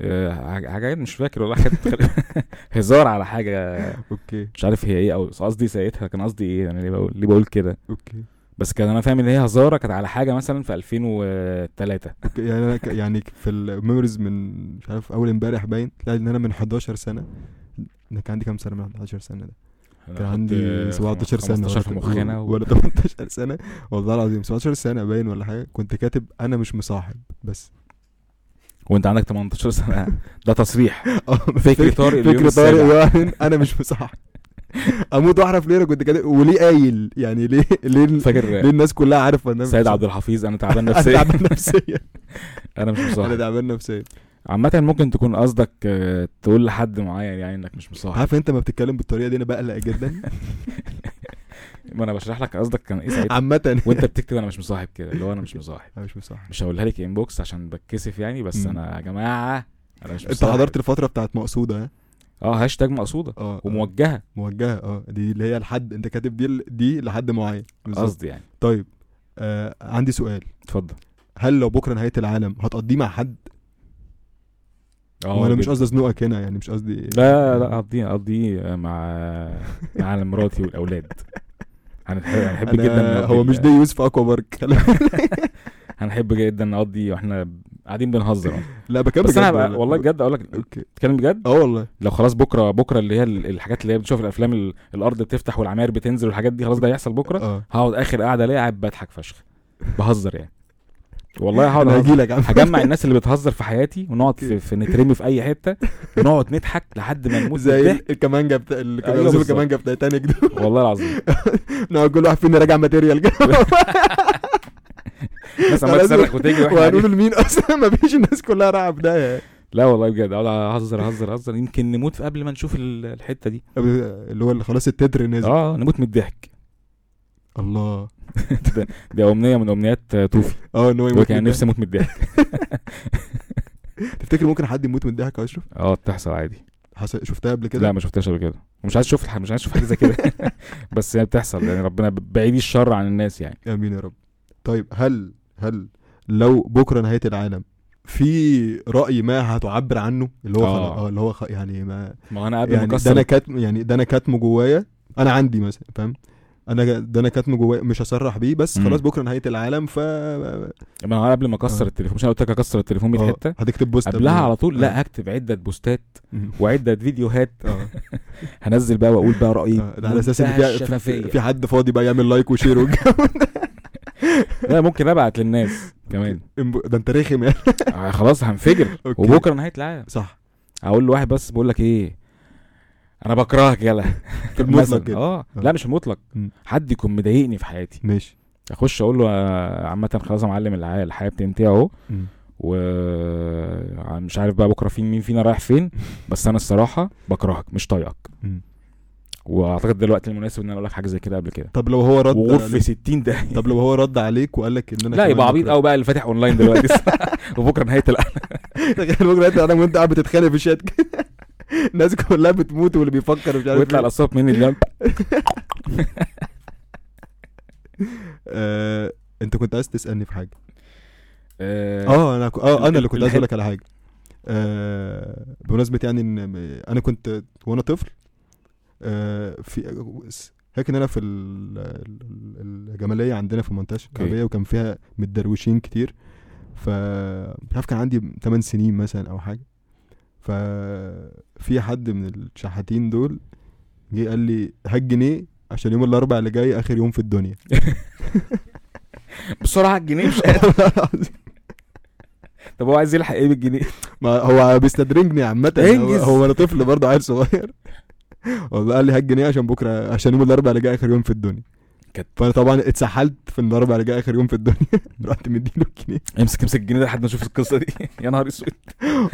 Speaker 2: آه، حاجه حاجة مش فاكر والله حاجات هزار على حاجه
Speaker 1: اوكي
Speaker 2: مش عارف هي ايه او قصدي سايتها كان قصدي ايه يعني ليه بقول ليه بقول كده
Speaker 1: اوكي
Speaker 2: بس كان انا فاهم ان هي هزاره كانت على حاجه مثلا في 2003
Speaker 1: اوكي يعني انا ك- يعني في الميموريز من مش عارف اول امبارح باين طلع ان انا من 11 سنه انا كان عندي كام سنه من 11 سنه ده كان عندي 17 سنه
Speaker 2: 15 في
Speaker 1: ولا-
Speaker 2: مخنا و...
Speaker 1: ولا 18 سنه والله العظيم 17 سنه باين ولا حاجه كنت كاتب انا مش مصاحب بس
Speaker 2: وانت عندك 18 سنه ده تصريح
Speaker 1: آه،
Speaker 2: فكري طارق اليوم
Speaker 1: فكري طارق
Speaker 2: السابع.
Speaker 1: يوهن انا مش مصاحب اموت واعرف ليه انا كنت كاتب وليه قايل يعني ليه ليه ال- ليه
Speaker 2: فاكر
Speaker 1: الناس كلها عارفه ان انا مش
Speaker 2: سيد
Speaker 1: مصاحب؟
Speaker 2: عبد الحفيظ انا تعبان
Speaker 1: انا
Speaker 2: نفسيا
Speaker 1: تعبان نفسيا
Speaker 2: انا مش
Speaker 1: انا
Speaker 2: مصاحب
Speaker 1: تعبان نفسيا
Speaker 2: عامه ممكن تكون قصدك آه، تقول لحد معين يعني انك مش مصاحب
Speaker 1: عارف انت ما بتتكلم بالطريقه دي انا بقلق جدا
Speaker 2: ما انا بشرح لك قصدك كان ايه ساعتها
Speaker 1: عامه
Speaker 2: وانت بتكتب انا مش مصاحب كده اللي هو انا مش مصاحب
Speaker 1: انا مش مصاحب
Speaker 2: مش هقولها لك انبوكس عشان بتكسف يعني بس
Speaker 1: مم.
Speaker 2: انا يا جماعه انا مش
Speaker 1: انت
Speaker 2: مصاحب.
Speaker 1: حضرت الفتره بتاعت مقصوده ها
Speaker 2: اه هاشتاج مقصوده
Speaker 1: اه آه،
Speaker 2: وموجهه
Speaker 1: موجهه اه دي اللي هي لحد انت كاتب دي دي لحد معين بالظبط.
Speaker 2: قصدي يعني
Speaker 1: طيب آه عندي سؤال
Speaker 2: اتفضل
Speaker 1: هل لو بكره نهايه العالم هتقضيه مع حد؟ وانا مش
Speaker 2: جدا.
Speaker 1: قصدي ازنقك هنا يعني مش قصدي
Speaker 2: آه، اه، لا لا اقضيه اقضيه مع مع مراتي والاولاد هنحب هنحب
Speaker 1: أنا
Speaker 2: جدا نقضي
Speaker 1: هو
Speaker 2: ال-
Speaker 1: مش دي يوز في اكوا بارك
Speaker 2: هنحب جدا نقضي واحنا قاعدين بنهزر
Speaker 1: لا بكمل
Speaker 2: بس انا بقى- والله بجد اقول لك
Speaker 1: اوكي
Speaker 2: بتتكلم بجد
Speaker 1: اه والله
Speaker 2: لو خلاص بكره بكره اللي هي ال- الحاجات اللي هي بتشوف الافلام ال- الارض بتفتح والعماير بتنزل والحاجات دي خلاص ده هيحصل بكره
Speaker 1: اه
Speaker 2: هقعد اخر قاعده ليا قاعد بضحك فشخ بهزر يعني والله هقعد
Speaker 1: انا
Speaker 2: أهزر.
Speaker 1: هجي لك يا عم
Speaker 2: هجمع الناس اللي بتهزر في حياتي ونقعد في, في نترمي في اي حته ونقعد نضحك لحد ما نموت من
Speaker 1: زي
Speaker 2: الضحك
Speaker 1: ال- الكمانجه بتاع ال-
Speaker 2: أيوة
Speaker 1: زي
Speaker 2: بالظبط.
Speaker 1: الكمانجه بتاع تايتانيك دي
Speaker 2: والله العظيم
Speaker 1: نقعد كل واحد فينا راجع ماتيريال كده
Speaker 2: الناس عماله
Speaker 1: خلاص.
Speaker 2: تصرخ وتجري واحنا قاعدين.
Speaker 1: وهنقول لمين اصلا ما فيش الناس كلها رايحه في داهيه
Speaker 2: لا والله بجد اقعد اهزر اهزر اهزر يمكن نموت قبل ما نشوف ال- الحته دي
Speaker 1: اللي هو اللي خلاص التتر نزل
Speaker 2: اه نموت من الضحك
Speaker 1: الله
Speaker 2: دي امنيه من امنيات آه، توفي
Speaker 1: اه ان هو
Speaker 2: يقول
Speaker 1: يموت
Speaker 2: لك انا
Speaker 1: من
Speaker 2: نفسي اموت من الضحك
Speaker 1: الضحك. تفتكر ممكن حد يموت من الضحك يا اشرف
Speaker 2: اه بتحصل عادي
Speaker 1: حصل شفتها قبل كده
Speaker 2: لا ما شفتهاش قبل كده ومش عايز اشوف الح- مش عايز اشوف حاجه زي كده بس هي بتحصل يعني ربنا بعيد الشر عن الناس يعني
Speaker 1: امين يا رب طيب هل هل لو بكره نهايه العالم في راي ما هتعبر عنه اللي هو
Speaker 2: آه.
Speaker 1: خلاص اه اللي هو خ... يعني ما
Speaker 2: ما انا قبل ما
Speaker 1: يعني ده انا
Speaker 2: اكسر
Speaker 1: كاتم يعني ده انا كاتمه جوايا انا عندي مثلا فاهم انا ده انا كاتمه جوايا مش هصرح بيه بس
Speaker 2: مم.
Speaker 1: خلاص بكره نهايه العالم ف
Speaker 2: ما انا قبل ما اكسر
Speaker 1: آه.
Speaker 2: التليفون مش انا قلت لك اكسر التليفون 100
Speaker 1: آه،
Speaker 2: حته
Speaker 1: هتكتب بوست
Speaker 2: قبلها
Speaker 1: قبل-
Speaker 2: على طول
Speaker 1: آه.
Speaker 2: لا هكتب عده بوستات
Speaker 1: مم.
Speaker 2: وعده فيديوهات
Speaker 1: اه
Speaker 2: هنزل بقى واقول بقى رايي
Speaker 1: آه، ده على اساس ان
Speaker 2: منتهى
Speaker 1: في-
Speaker 2: الشفافية.
Speaker 1: في في حد فاضي بقى يعمل لايك وشير والجو
Speaker 2: لا ممكن ابعت للناس كمان
Speaker 1: ده ده انت رخم يعني
Speaker 2: آه خلاص هنفجر
Speaker 1: أوكي.
Speaker 2: وبكره نهايه العالم
Speaker 1: صح
Speaker 2: اقول لواحد بس بقول لك ايه انا بكرهك يلا
Speaker 1: في المطلق
Speaker 2: مثلاً.
Speaker 1: كده
Speaker 2: اه
Speaker 1: آه.
Speaker 2: لا مش المطلق
Speaker 1: مم.
Speaker 2: حد يكون مضايقني في حياتي
Speaker 1: ماشي
Speaker 2: اخش اقول له آه، عامه خلاص يا معلم الحياه الحياه بتنتهي اهو
Speaker 1: مم.
Speaker 2: و آه، مش عارف بقى بكره فين مين فينا رايح فين بس انا الصراحه بكرهك مش طايقك
Speaker 1: مم.
Speaker 2: واعتقد ده الوقت المناسب ان انا اقول لك حاجه زي كده قبل كده
Speaker 1: طب لو هو رد
Speaker 2: وغرفه 60 دقيقه
Speaker 1: طب لو هو رد عليك وقال لك ان انا
Speaker 2: لا
Speaker 1: كمان
Speaker 2: يبقى عبيط
Speaker 1: بكرهك.
Speaker 2: قوي بقى اللي فاتح اونلاين دلوقتي وبكره نهايه القلب
Speaker 1: تخيل بكره انت قاعد وانت قاعد بتتخانق في الشات كده. الناس كلها بتموت واللي بيفكر مش عارف
Speaker 2: ويطلع
Speaker 1: إيه.
Speaker 2: الاصوات مني اللي
Speaker 1: آه، انت كنت عايز تسالني في حاجه
Speaker 2: اه
Speaker 1: اه انا ك- اه انا اللي كنت عايز
Speaker 2: الحتة.
Speaker 1: اقول لك على حاجه آه، بمناسبه يعني ان انا كنت وانا طفل آه، في هيك ان انا في ال- ال- ال- الجماليه عندنا في المنطقه الشعبيه وكان فيها متدروشين كتير ف مش عارف كان عندي 8 سنين مثلا او حاجه ففي حد من الشحاتين دول جه قال لي هات جنيه عشان يوم الاربعاء اللي جاي اخر يوم في الدنيا
Speaker 2: بسرعه على الجنيه مش قادر. طب هو عايز يلحق ايه بالجنيه
Speaker 1: ما هو بيستدرجني عامة هو,
Speaker 2: انجز.
Speaker 1: هو انا طفل برضه عيل صغير والله قال لي هات جنيه عشان بكره عشان يوم الاربعاء اللي جاي اخر يوم في الدنيا
Speaker 2: كت-
Speaker 1: فانا طبعا اتسحلت في إن الاربعاء اللي جاي اخر يوم في الدنيا رحت مديله الجنيه
Speaker 2: امسك امسك الجنيه ده لحد ما اشوف القصه دي يا نهار اسود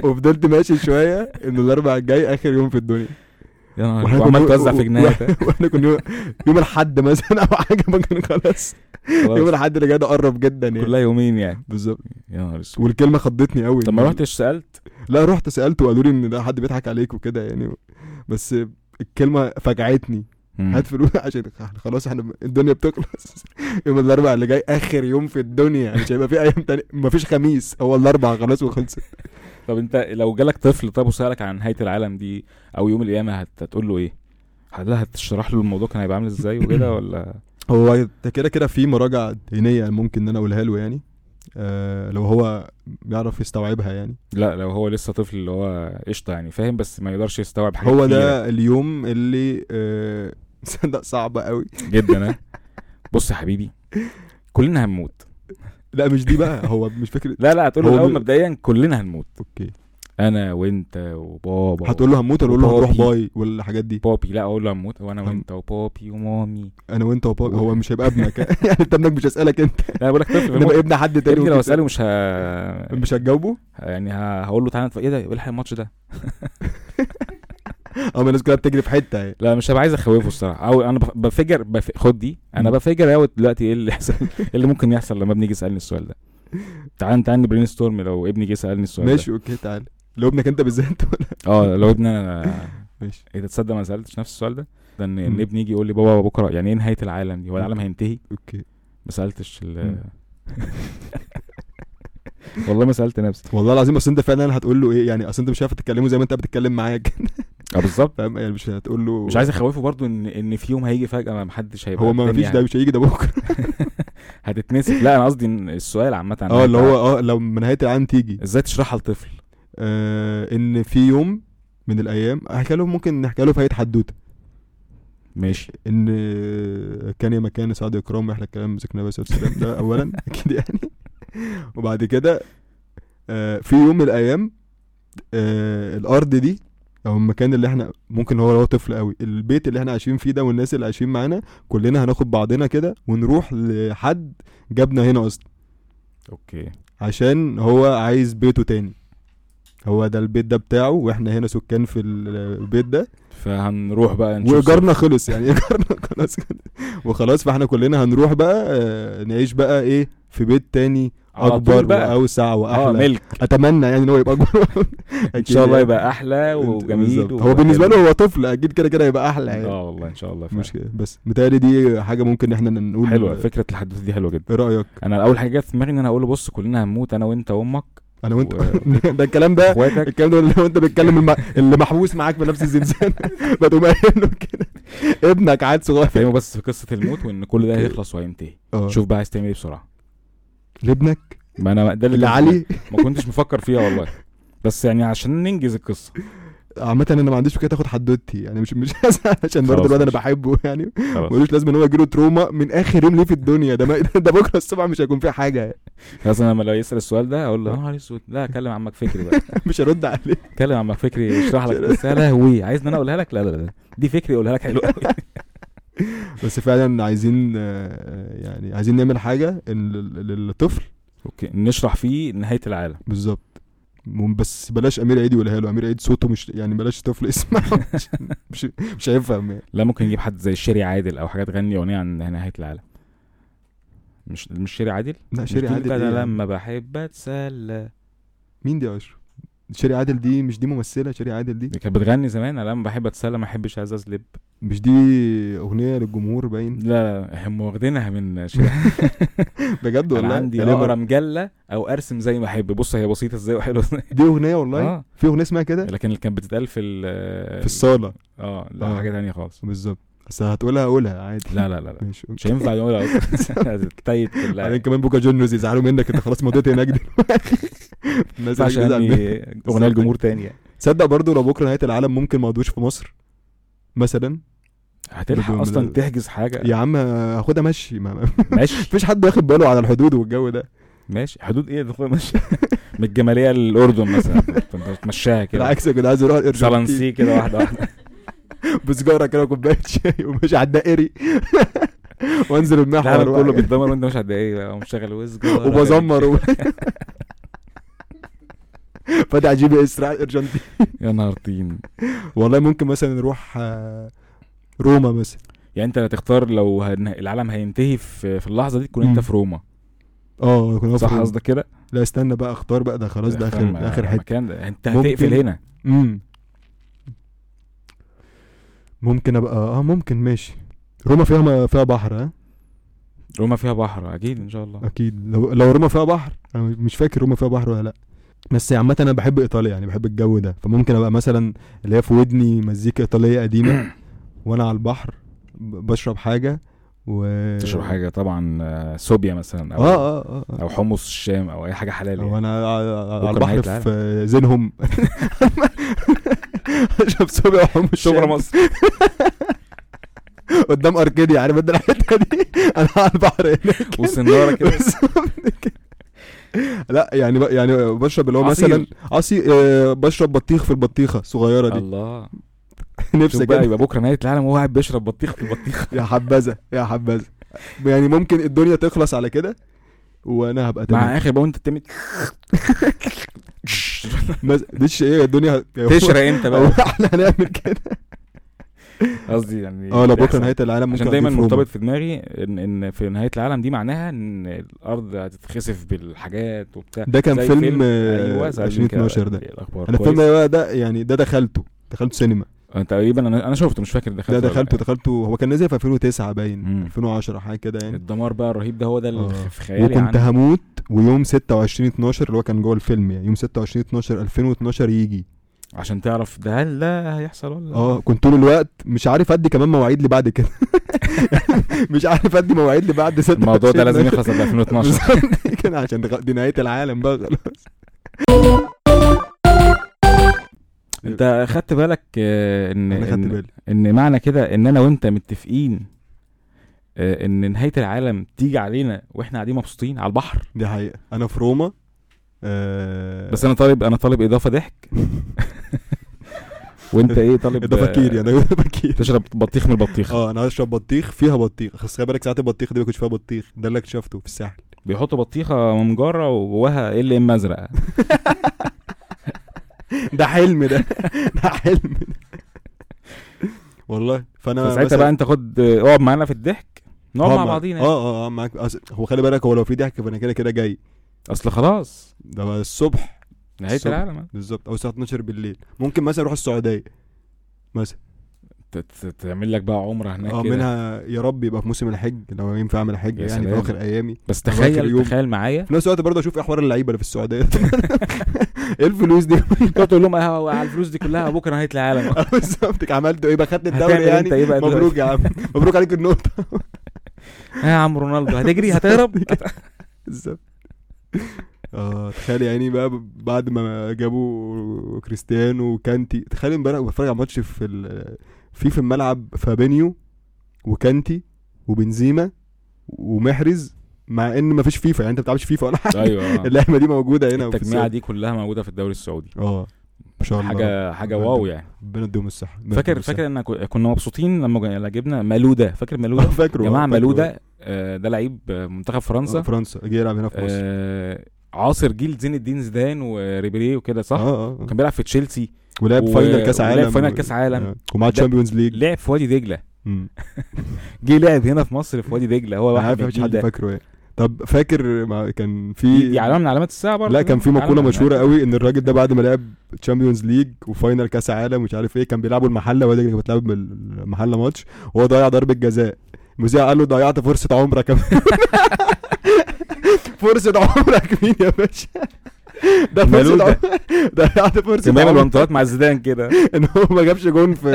Speaker 1: وفضلت ماشي شويه ان الاربعاء الجاي اخر يوم في الدنيا
Speaker 2: يا نهار
Speaker 1: وإحنا
Speaker 2: اسود
Speaker 1: كنا-
Speaker 2: وعمال توزع
Speaker 1: و-
Speaker 2: في
Speaker 1: و-
Speaker 2: جنيهات
Speaker 1: واحنا كنا يوم- يوم الاحد مثلا او حاجه ممكن خلاص يوم
Speaker 2: خلاص.
Speaker 1: الاحد اللي جاي ده قرب جدا يعني
Speaker 2: كلها يومين يعني
Speaker 1: بالظبط
Speaker 2: يا نهار اسود
Speaker 1: والكلمه خضتني قوي
Speaker 2: طب ما رحتش سالت
Speaker 1: لا رحت سالته وقالوا لي ان ده حد بيضحك عليك وكده يعني بس الكلمه فجعتني
Speaker 2: مم.
Speaker 1: هات فلوس عشان خلاص احنا الدنيا بتخلص يوم الاربعاء يعني اللي جاي اخر يوم في الدنيا مش هيبقى في ايام تاني مفيش خميس هو الاربعاء خلاص وخلصت
Speaker 2: طب انت لو جالك طفل طب وسالك عن نهايه العالم دي او يوم القيامه هت- هتقول له ايه؟ هل هتشرح له الموضوع كان هيبقى عامل ازاي وكده ولا
Speaker 1: هو كده كده في مراجعه دينيه ممكن ان انا اقولها له يعني آه لو هو بيعرف يستوعبها يعني
Speaker 2: لا لو هو لسه طفل اللي هو قشطه يعني فاهم بس ما يقدرش يستوعب حاجه
Speaker 1: هو
Speaker 2: كبيرة
Speaker 1: ده اليوم اللي آه، صدق صعب قوي
Speaker 2: جدا ها بص يا حبيبي كلنا هنموت
Speaker 1: لا مش دي بقى هو مش فكره
Speaker 2: لا لا هتقول له
Speaker 1: هو
Speaker 2: الاول
Speaker 1: بي-
Speaker 2: مبدئيا كلنا هنموت
Speaker 1: اوكي
Speaker 2: انا وانت وبابا
Speaker 1: هتقول له هموت ولا اقول له هنروح
Speaker 2: وبابي.
Speaker 1: باي والحاجات دي
Speaker 2: بابي لا اقول له هنموت وانا
Speaker 1: هم-
Speaker 2: وانت وبابي ومامي
Speaker 1: انا وانت وبابا هو مش هيبقى ابنك يعني انت ابنك مش هسالك انت
Speaker 2: لا بقول لك طفل
Speaker 1: نبقى
Speaker 2: بيموت.
Speaker 1: ابن حد
Speaker 2: يا
Speaker 1: تاني
Speaker 2: ابني لو
Speaker 1: وكده.
Speaker 2: اساله مش ه...
Speaker 1: مش هتجاوبه
Speaker 2: يعني ه... هقول له تعالى نتف- ايه ده ايه الحق الماتش ده
Speaker 1: اه ما الناس كلها بتجري في حته يعني
Speaker 2: لا مش هبقى عايز اخوفه الصراحه او انا بف- بفجر بف... خد دي انا
Speaker 1: مم.
Speaker 2: بفجر اوي دلوقتي ايه اللي يحصل ايه اللي ممكن يحصل لما ابني يجي يسالني السؤال ده تعال تعال برين ستورم لو ابني جه سالني السؤال ده.
Speaker 1: ماشي اوكي تعالى لو ابنك انت بالذات ولا
Speaker 2: اه لو ابني انا
Speaker 1: ماشي
Speaker 2: ايه ده تصدق ما سالتش نفس السؤال ده ده ان
Speaker 1: مم.
Speaker 2: ان ابني يجي يقول لي بابا بكره يعني ايه نهايه العالم دي هو العالم هينتهي
Speaker 1: اوكي
Speaker 2: ما سالتش ال...
Speaker 1: مم.
Speaker 2: والله ما سالت نفسي
Speaker 1: والله العظيم اصل انت فعلا هتقول له ايه يعني اصل انت مش عارف تتكلمه زي ما انت بتتكلم معاك
Speaker 2: اه بالظبط
Speaker 1: فاهم يعني مش هتقول له
Speaker 2: مش عايز اخوفه برضو ان ان في يوم هيجي فجاه ما محدش هيبقى
Speaker 1: هو ما
Speaker 2: الدنيا يعني.
Speaker 1: فيش ده مش هيجي ده بكره
Speaker 2: هتتمسك لا انا قصدي إن السؤال عامه عن
Speaker 1: اه اللي هو اه لو من نهايه العالم تيجي
Speaker 2: ازاي تشرحها لطفل
Speaker 1: آه ان في يوم من الايام احكي له ممكن نحكي له في هيئه حدوته
Speaker 2: ماشي
Speaker 1: ان آه، كان يا مكان سعد اكرام احلى الكلام مسكنا النبي صلى الله عليه وسلم ده اولا اكيد يعني وبعد كده آه في يوم من الايام آه الارض دي او المكان اللي احنا ممكن هو هو طفل قوي البيت اللي احنا عايشين فيه ده والناس اللي عايشين معانا كلنا هناخد بعضنا كده ونروح لحد جابنا هنا اصلا
Speaker 2: اوكي
Speaker 1: عشان هو عايز بيته تاني هو ده البيت ده بتاعه واحنا هنا سكان في البيت ده
Speaker 2: فهنروح بقى نشوف
Speaker 1: وايجارنا خلص يعني ايجارنا خلاص كده وخلاص فاحنا كلنا هنروح بقى آه، نعيش بقى ايه في بيت تاني
Speaker 2: على طول
Speaker 1: اكبر
Speaker 2: بقى
Speaker 1: واوسع
Speaker 2: اه
Speaker 1: واحلى
Speaker 2: ملك
Speaker 1: اتمنى يعني ان هو يبقى اكبر
Speaker 2: ان شاء الله يبقى احلى وجميل
Speaker 1: هو بالنسبه له هو طفل اكيد كده كده هيبقى احلى يعني
Speaker 2: اه والله ان شاء الله
Speaker 1: مش
Speaker 2: مش
Speaker 1: كده بس متهيألي دي حاجه ممكن احنا نقول
Speaker 2: حلوه فكره الحدوته دي حلوه جدا
Speaker 1: ايه رايك
Speaker 2: انا اول حاجه جت في دماغي ان انا اقول له بص كلنا هنموت انا وانت وامك
Speaker 1: انا وانت
Speaker 2: و-
Speaker 1: ده الكلام ده
Speaker 2: واخواتك
Speaker 1: الكلام ده اللي انت بتتكلم الم... اللي محبوس معاك في نفس الزنزانه ما تقوم قايل له كده ابنك عاد صغير
Speaker 2: فاهمه بس في قصه الموت وان كل ده
Speaker 1: أوكي.
Speaker 2: هيخلص وهينتهي
Speaker 1: اه
Speaker 2: شوف بقى عايز تعمل ايه بسرعه
Speaker 1: لابنك
Speaker 2: ما انا ده اللي
Speaker 1: اللي
Speaker 2: كنت-
Speaker 1: علي
Speaker 2: ما كنتش مفكر فيها والله بس يعني عشان ننجز القصه
Speaker 1: عامة انا ما عنديش فكره تاخد حدوتي يعني مش مش هزعل عشان برضه
Speaker 2: خلاص
Speaker 1: الواد انا
Speaker 2: ماشي.
Speaker 1: بحبه يعني
Speaker 2: خلاص
Speaker 1: ملوش لازم ان هو يجيله تروما من اخر يوم ليه في الدنيا ده ما... ده بكره الصبح مش هيكون فيه حاجه
Speaker 2: خلاص انا لما لو يسال السؤال ده اقول له يا نهار اسود لا كلم عمك فكري بقى
Speaker 1: مش هرد عليه
Speaker 2: كلم عمك فكري يشرح لك بس يا لهوي عايز ان انا اقولها لك لا لا لا دي فكري اقولها لك حلو قوي
Speaker 1: بس فعلا عايزين آه، يعني عايزين نعمل حاجه إن لل- للطفل
Speaker 2: اوكي نشرح فيه نهايه العالم
Speaker 1: بالظبط مم، بس بلاش امير عيد يقولها له امير عيد صوته مش يعني بلاش طفل يسمعه مش مش, مش هيفهم يعني
Speaker 2: لا ممكن نجيب حد زي الشيري عادل او حاجات غني اغنيه عن نهايه العالم مش مش آه، شيري عادل
Speaker 1: لا
Speaker 2: مش
Speaker 1: شيري
Speaker 2: بتقول
Speaker 1: عادل
Speaker 2: بقى
Speaker 1: إيه
Speaker 2: انا
Speaker 1: يعني؟
Speaker 2: لما بحب اتسلى
Speaker 1: مين دي يا اشرف شيري عادل دي مش دي ممثله شيري عادل دي
Speaker 2: دي كانت بتغني زمان انا لما بحب اتسلى ما احبش عايز ازلب
Speaker 1: مش دي اغنيه للجمهور باين
Speaker 2: لا لا، آه، هم واخدينها من شيري
Speaker 1: بجد
Speaker 2: انا
Speaker 1: والله يعني
Speaker 2: عندي
Speaker 1: غالباً.
Speaker 2: اقرا مجله او ارسم زي ما احب بص هي بسيطه ازاي وحلوه ازاي
Speaker 1: دي اغنيه والله
Speaker 2: آه.
Speaker 1: في اغنيه اسمها كده
Speaker 2: لكن اللي كانت بتتقال في ال
Speaker 1: في الصاله
Speaker 2: اه لا
Speaker 1: آه.
Speaker 2: حاجه تانية خالص
Speaker 1: بالظبط بس هتقولها هقولها عادي
Speaker 2: لا لا لا, لا.
Speaker 1: مش
Speaker 2: مش هينفع نقولها اصلا هتتايت كلها
Speaker 1: بعدين
Speaker 2: ما
Speaker 1: كمان بوكا جونيورز يزعلوا منك انت خلاص مضيت هناك دلوقتي الناس
Speaker 2: ينفعش
Speaker 1: هناك بتزعل
Speaker 2: يعني
Speaker 1: منك.
Speaker 2: اغنيه الجمهور تانية
Speaker 1: تصدق برضو لو بكره نهايه العالم ممكن ما ادوش في مصر مثلا
Speaker 2: هتلحق
Speaker 1: بدون-
Speaker 2: اصلا
Speaker 1: بدون-
Speaker 2: تحجز حاجه
Speaker 1: يا عم هاخدها مشي ما- ما
Speaker 2: ماشي
Speaker 1: مفيش حد واخد باله على الحدود والجو ده
Speaker 2: ماشي حدود ايه ده ماشي من الجماليه للاردن مثلا فأنت تمشيها كده
Speaker 1: بالعكس كنت عايز اروح الارجنتين
Speaker 2: سالانسي كده واحده واحده
Speaker 1: بسجاره كده وكوبايه شاي وماشي على الدائري وانزل المحور
Speaker 2: العالم كله
Speaker 1: وأروح-
Speaker 2: بيتدمر وانت مش قد ايه بقى ومشغل وزجر
Speaker 1: وبزمر و... فاتح جي بي اس رايح الارجنتين
Speaker 2: يا نهار طين
Speaker 1: والله ممكن مثلا نروح آه، روما مثلا
Speaker 2: يعني انت هتختار لو هن... العالم هينتهي في, في اللحظه دي تكون انت
Speaker 1: مم.
Speaker 2: في روما
Speaker 1: اه كنا
Speaker 2: صح
Speaker 1: في روما.
Speaker 2: قصدك كده
Speaker 1: لا استنى بقى اختار بقى ده خلاص ده اخر ده اخر حته
Speaker 2: المكان ده انت
Speaker 1: ممكن-
Speaker 2: هتقفل هنا
Speaker 1: امم ممكن ابقى اه ممكن ماشي روما فيها ما فيها بحر آه. ها
Speaker 2: روما فيها بحر اكيد ان شاء الله
Speaker 1: اكيد لو لو روما فيها بحر انا مش فاكر روما فيها بحر ولا لا بس عامة انا بحب ايطاليا يعني بحب الجو ده فممكن ابقى مثلا اللي هي في ودني مزيكا ايطالية قديمة وانا على البحر ب- بشرب حاجة و
Speaker 2: تشرب حاجه طبعا آه، سوبيا مثلا
Speaker 1: اه
Speaker 2: او
Speaker 1: اه اه, آه.
Speaker 2: او حمص الشام او اي حاجه حلال
Speaker 1: او
Speaker 2: يعني.
Speaker 1: انا على
Speaker 2: بكرة نهاية
Speaker 1: البحر في زينهم اشرب سوبيا وحوم
Speaker 2: شبرا
Speaker 1: الشام.
Speaker 2: مصر
Speaker 1: قدام اركيديا عارف انت الحته دي انا على البحر هناك
Speaker 2: وسناره كده
Speaker 1: بالظبط كده. لا يعني ب... يعني بشرب اللي هو
Speaker 2: عصير.
Speaker 1: مثلا عصير آه، بشرب بطيخ في البطيخه الصغيره دي
Speaker 2: الله شوف
Speaker 1: نفسي
Speaker 2: بقى
Speaker 1: كده
Speaker 2: يبقى بكره نهايه العالم وهو قاعد بيشرب بطيخ في البطيخه
Speaker 1: يا حبذا يا حبذا يعني ممكن الدنيا تخلص على كده وانا هبقى
Speaker 2: مع
Speaker 1: تمام
Speaker 2: اخر بقى وانت بتعمل
Speaker 1: مز... ديش ايه الدنيا
Speaker 2: تشرق انت
Speaker 1: بقى
Speaker 2: بقى
Speaker 1: احنا هنعمل كده
Speaker 2: قصدي يعني
Speaker 1: اه لو بكره
Speaker 2: بيحصل.
Speaker 1: نهايه العالم ممكن
Speaker 2: عشان دايما
Speaker 1: أضيف روما.
Speaker 2: مرتبط في دماغي ان ان في نهايه العالم دي معناها ان الارض هتتخسف بالحاجات وبتاع
Speaker 1: ده كان
Speaker 2: زي
Speaker 1: فيلم، آه،
Speaker 2: ايوه زي
Speaker 1: 2012
Speaker 2: كده
Speaker 1: ده.
Speaker 2: الاخبار
Speaker 1: انا
Speaker 2: كويس.
Speaker 1: الفيلم ده بقى ده يعني ده دخلته دخلته سينما
Speaker 2: انا تقريبا انا انا شفته مش فاكر دخلت
Speaker 1: ده
Speaker 2: ولا
Speaker 1: دخلته
Speaker 2: لأ.
Speaker 1: دخلته هو كان نازل في 2009 باين
Speaker 2: مم.
Speaker 1: 2010 حاجه كده يعني
Speaker 2: الدمار بقى الرهيب ده هو ده اللي
Speaker 1: آه.
Speaker 2: في خيالي
Speaker 1: وكنت
Speaker 2: عنه
Speaker 1: هموت ويوم 26 12 اللي هو كان جوه الفيلم يعني يوم 26 12 2012 يجي
Speaker 2: عشان تعرف ده هل ده هيحصل ولا
Speaker 1: اه كنت طول الوقت مش عارف ادي كمان مواعيد لي بعد كده مش عارف ادي مواعيد لي بعد 26
Speaker 2: الموضوع ده لازم يخلص قبل 2012
Speaker 1: بالظبط كده عشان دي- دي نهايه العالم بقى خلاص
Speaker 2: انت خدت بالك آه، ان
Speaker 1: انا خدت
Speaker 2: إن-
Speaker 1: بالي
Speaker 2: ان معنى كده ان انا وانت متفقين آه، ان نهايه العالم تيجي علينا واحنا قاعدين مبسوطين على البحر
Speaker 1: دي حقيقه انا في روما آه،
Speaker 2: بس انا طالب انا طالب اضافه ضحك وانت ايه طالب
Speaker 1: ده فكير يعني ده فكير
Speaker 2: تشرب بطيخ من البطيخ
Speaker 1: اه انا هشرب بطيخ فيها بطيخ بس خلي بالك ساعات البطيخ دي ما كنتش فيها بطيخ ده اللي اكتشفته في الساحل
Speaker 2: بيحطوا بطيخه ممجره وجواها إيه ال ام
Speaker 1: آه،
Speaker 2: ازرق
Speaker 1: ده حلم ده ده حلم ده. والله فانا
Speaker 2: فساعتها
Speaker 1: مثلا-
Speaker 2: بقى انت خد آه، اقعد معانا في الضحك نقعد
Speaker 1: آه،
Speaker 2: مع بعضينا يعني.
Speaker 1: اه اه اه معاك أص- هو خلي بالك هو لو في ضحك فانا كده كده جاي
Speaker 2: اصل خلاص
Speaker 1: ده بقى الصبح
Speaker 2: نهايه
Speaker 1: الصبح.
Speaker 2: العالم
Speaker 1: آه. بالظبط او الساعه 12 بالليل ممكن مثلا اروح السعوديه مثلا
Speaker 2: ت- ت- تعمل لك بقى عمره
Speaker 1: اه
Speaker 2: هناك كده
Speaker 1: منها يا رب يبقى في موسم الحج لو ينفع اعمل حج
Speaker 2: يا
Speaker 1: يعني في
Speaker 2: سلام.
Speaker 1: اخر ايامي
Speaker 2: بس
Speaker 1: آخر
Speaker 2: تخيل
Speaker 1: يوم.
Speaker 2: تخيل معايا
Speaker 1: في نفس الوقت برضه اشوف ايه احوال اللعيبه اللي في السعوديه ايه الفلوس دي
Speaker 2: تقعد تقول لهم آه، على الفلوس دي كلها بكره نهايه العالم
Speaker 1: آه، بالظبط عملت ايه بقى خدت الدوري
Speaker 2: هتعمل
Speaker 1: يعني
Speaker 2: انت ايه بقى دلوقتي؟
Speaker 1: مبروك يا عم مبروك عليك النقطه
Speaker 2: ها آه، يا عم رونالدو هتجري هتهرب
Speaker 1: بالظبط اه تخيل يعني بقى ب- بعد ما جابوا كريستيانو وكانتي تخيل امبارح كنت بتفرج على ماتش في ال... في في الملعب فابينيو وكانتي وبنزيما ومحرز مع ان مفيش فيفا يعني انت ما بتلعبش فيفا ولا حاجه
Speaker 2: ايوه آه.
Speaker 1: اللعبه دي موجوده هنا وفي
Speaker 2: التجميعه
Speaker 1: السعودية.
Speaker 2: دي كلها موجوده في الدوري السعودي
Speaker 1: اه ما شاء الله
Speaker 2: حاجه حاجه
Speaker 1: ربنا
Speaker 2: واو
Speaker 1: يديهم-
Speaker 2: يعني
Speaker 1: ربنا يديهم الصحه ربنا يديهم
Speaker 2: فاكر
Speaker 1: الصحة.
Speaker 2: فاكر ان كنا مبسوطين لما جا- جبنا مالودا فاكر
Speaker 1: آه،
Speaker 2: مالودا
Speaker 1: فاكره
Speaker 2: يا
Speaker 1: آه،
Speaker 2: جماعه
Speaker 1: فاكره.
Speaker 2: مالودا آه، ده لعيب آه، منتخب
Speaker 1: آه،
Speaker 2: فرنسا
Speaker 1: فرنسا جه يلعب هنا في مصر
Speaker 2: آه، عاصر جيل زين الدين زيدان وريبيري وكده صح
Speaker 1: اه اه
Speaker 2: كان بيلعب في تشيلسي
Speaker 1: ولعب
Speaker 2: و-
Speaker 1: فاينل كاس
Speaker 2: ولعب
Speaker 1: عالم
Speaker 2: فاينل كأس عالم.
Speaker 1: آه، ومعاه
Speaker 2: ده-
Speaker 1: تشامبيونز ليج
Speaker 2: لعب في وادي دجله جه لعب هنا في مصر في وادي دجله هو
Speaker 1: انا
Speaker 2: واحد
Speaker 1: عارف
Speaker 2: من
Speaker 1: مفيش
Speaker 2: الجيل
Speaker 1: حد
Speaker 2: ده
Speaker 1: فاكره يعني طب فاكر ما كان
Speaker 2: دي
Speaker 1: في
Speaker 2: دي علامه من علامات الساعه برضه
Speaker 1: لا كان في مقوله
Speaker 2: علامة.
Speaker 1: مشهوره قوي ان الراجل ده بعد ما لعب تشامبيونز ليج وفاينل كاس عالم مش عارف ايه كان بيلعبوا المحله وادي كانت بتلعب المحله ماتش وهو ضيع ضربه جزاء المذيع قال له ضيعت فرصه عمرك يا مان." فرصه عمرك مين يا باشا ده
Speaker 2: مالوش
Speaker 1: فرصه
Speaker 2: ده.
Speaker 1: عمرك ضيعت
Speaker 2: كان
Speaker 1: فرصه
Speaker 2: بيعمل
Speaker 1: عمرك
Speaker 2: بنطلونات مع زيدان كده
Speaker 1: ان هو ما جابش جون في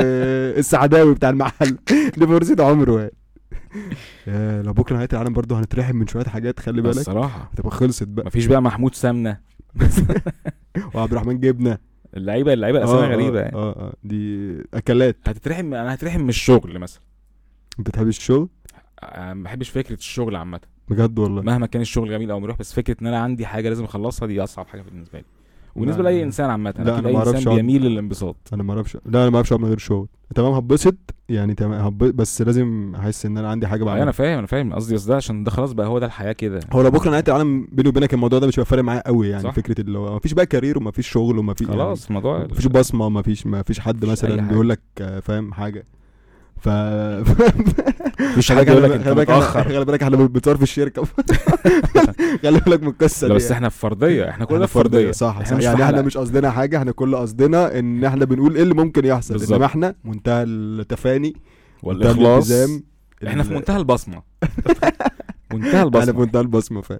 Speaker 1: السعداوي بتاع المحل دي فرصه عمره يعني يا لو بكره نهايه العالم برضه هنترحم من شويه حاجات خلي بالك
Speaker 2: الصراحه
Speaker 1: هتبقى خلصت بقى
Speaker 2: مفيش بقى محمود سمنه
Speaker 1: وعبد الرحمن جبنه
Speaker 2: اللعيبه اللعيبه الاسامي
Speaker 1: آه،
Speaker 2: غريبه
Speaker 1: آه،
Speaker 2: يعني
Speaker 1: اه اه دي اكلات
Speaker 2: هتترحم انا هترحم من الشغل مثلا
Speaker 1: انت بتحب الشغل
Speaker 2: أنا ما بحبش فكره الشغل عامه
Speaker 1: بجد والله
Speaker 2: مهما كان الشغل جميل او مريح بس فكره ان انا عندي حاجه لازم اخلصها دي اصعب حاجه بالنسبه لي وبالنسبه
Speaker 1: لا،
Speaker 2: لاي
Speaker 1: لا.
Speaker 2: انسان عامه
Speaker 1: لا،
Speaker 2: اكيد
Speaker 1: أنا
Speaker 2: اي
Speaker 1: ما
Speaker 2: انسان
Speaker 1: أعرفش أقعد-
Speaker 2: بيميل للانبساط
Speaker 1: انا ما اعرفش لا انا ما اعرفش اقعد من غير شغل تمام هبسط يعني تمام هبسط بس لازم احس ان انا عندي حاجه
Speaker 2: أيوة، انا
Speaker 1: بعملها
Speaker 2: فاهم انا فاهم قصدي بس ده عشان ده خلاص بقى هو ده الحياه كده
Speaker 1: هو لو بكره نهايه العالم بيني وبينك الموضوع ده مش هيبقى فارق معايا قوي يعني
Speaker 2: صح.
Speaker 1: فكره اللي هو مفيش بقى كارير ومفيش شغل ومفيش
Speaker 2: خلاص الموضوع
Speaker 1: يعني مفيش بصمه مفيش مفيش حد
Speaker 2: مفيش أي
Speaker 1: مثلا
Speaker 2: حاجة.
Speaker 1: بيقول لك آه، فاهم حاجه ف
Speaker 2: مفيش حاجه يقول لك انت
Speaker 1: خلي بالك إحنا-
Speaker 2: متاخر
Speaker 1: خلي بالك احنا بنتصور في الشركه خلي بالك من القصه
Speaker 2: لا
Speaker 1: دي
Speaker 2: بس احنا في فرضيه احنا كلنا
Speaker 1: احنا
Speaker 2: في فرضيه
Speaker 1: صح,
Speaker 2: إحنا
Speaker 1: صح.
Speaker 2: مش في
Speaker 1: يعني احنا
Speaker 2: حلقة.
Speaker 1: مش قصدنا حاجه احنا كل قصدنا ان احنا بنقول ايه اللي ممكن يحصل
Speaker 2: بالظبط.
Speaker 1: انما احنا منتهى التفاني منتهى
Speaker 2: والاخلاص
Speaker 1: الالتزام،
Speaker 2: احنا
Speaker 1: ال-
Speaker 2: في منتهى البصمه منتهى
Speaker 1: احنا
Speaker 2: البصمه
Speaker 1: في منتهى البصمه فعلا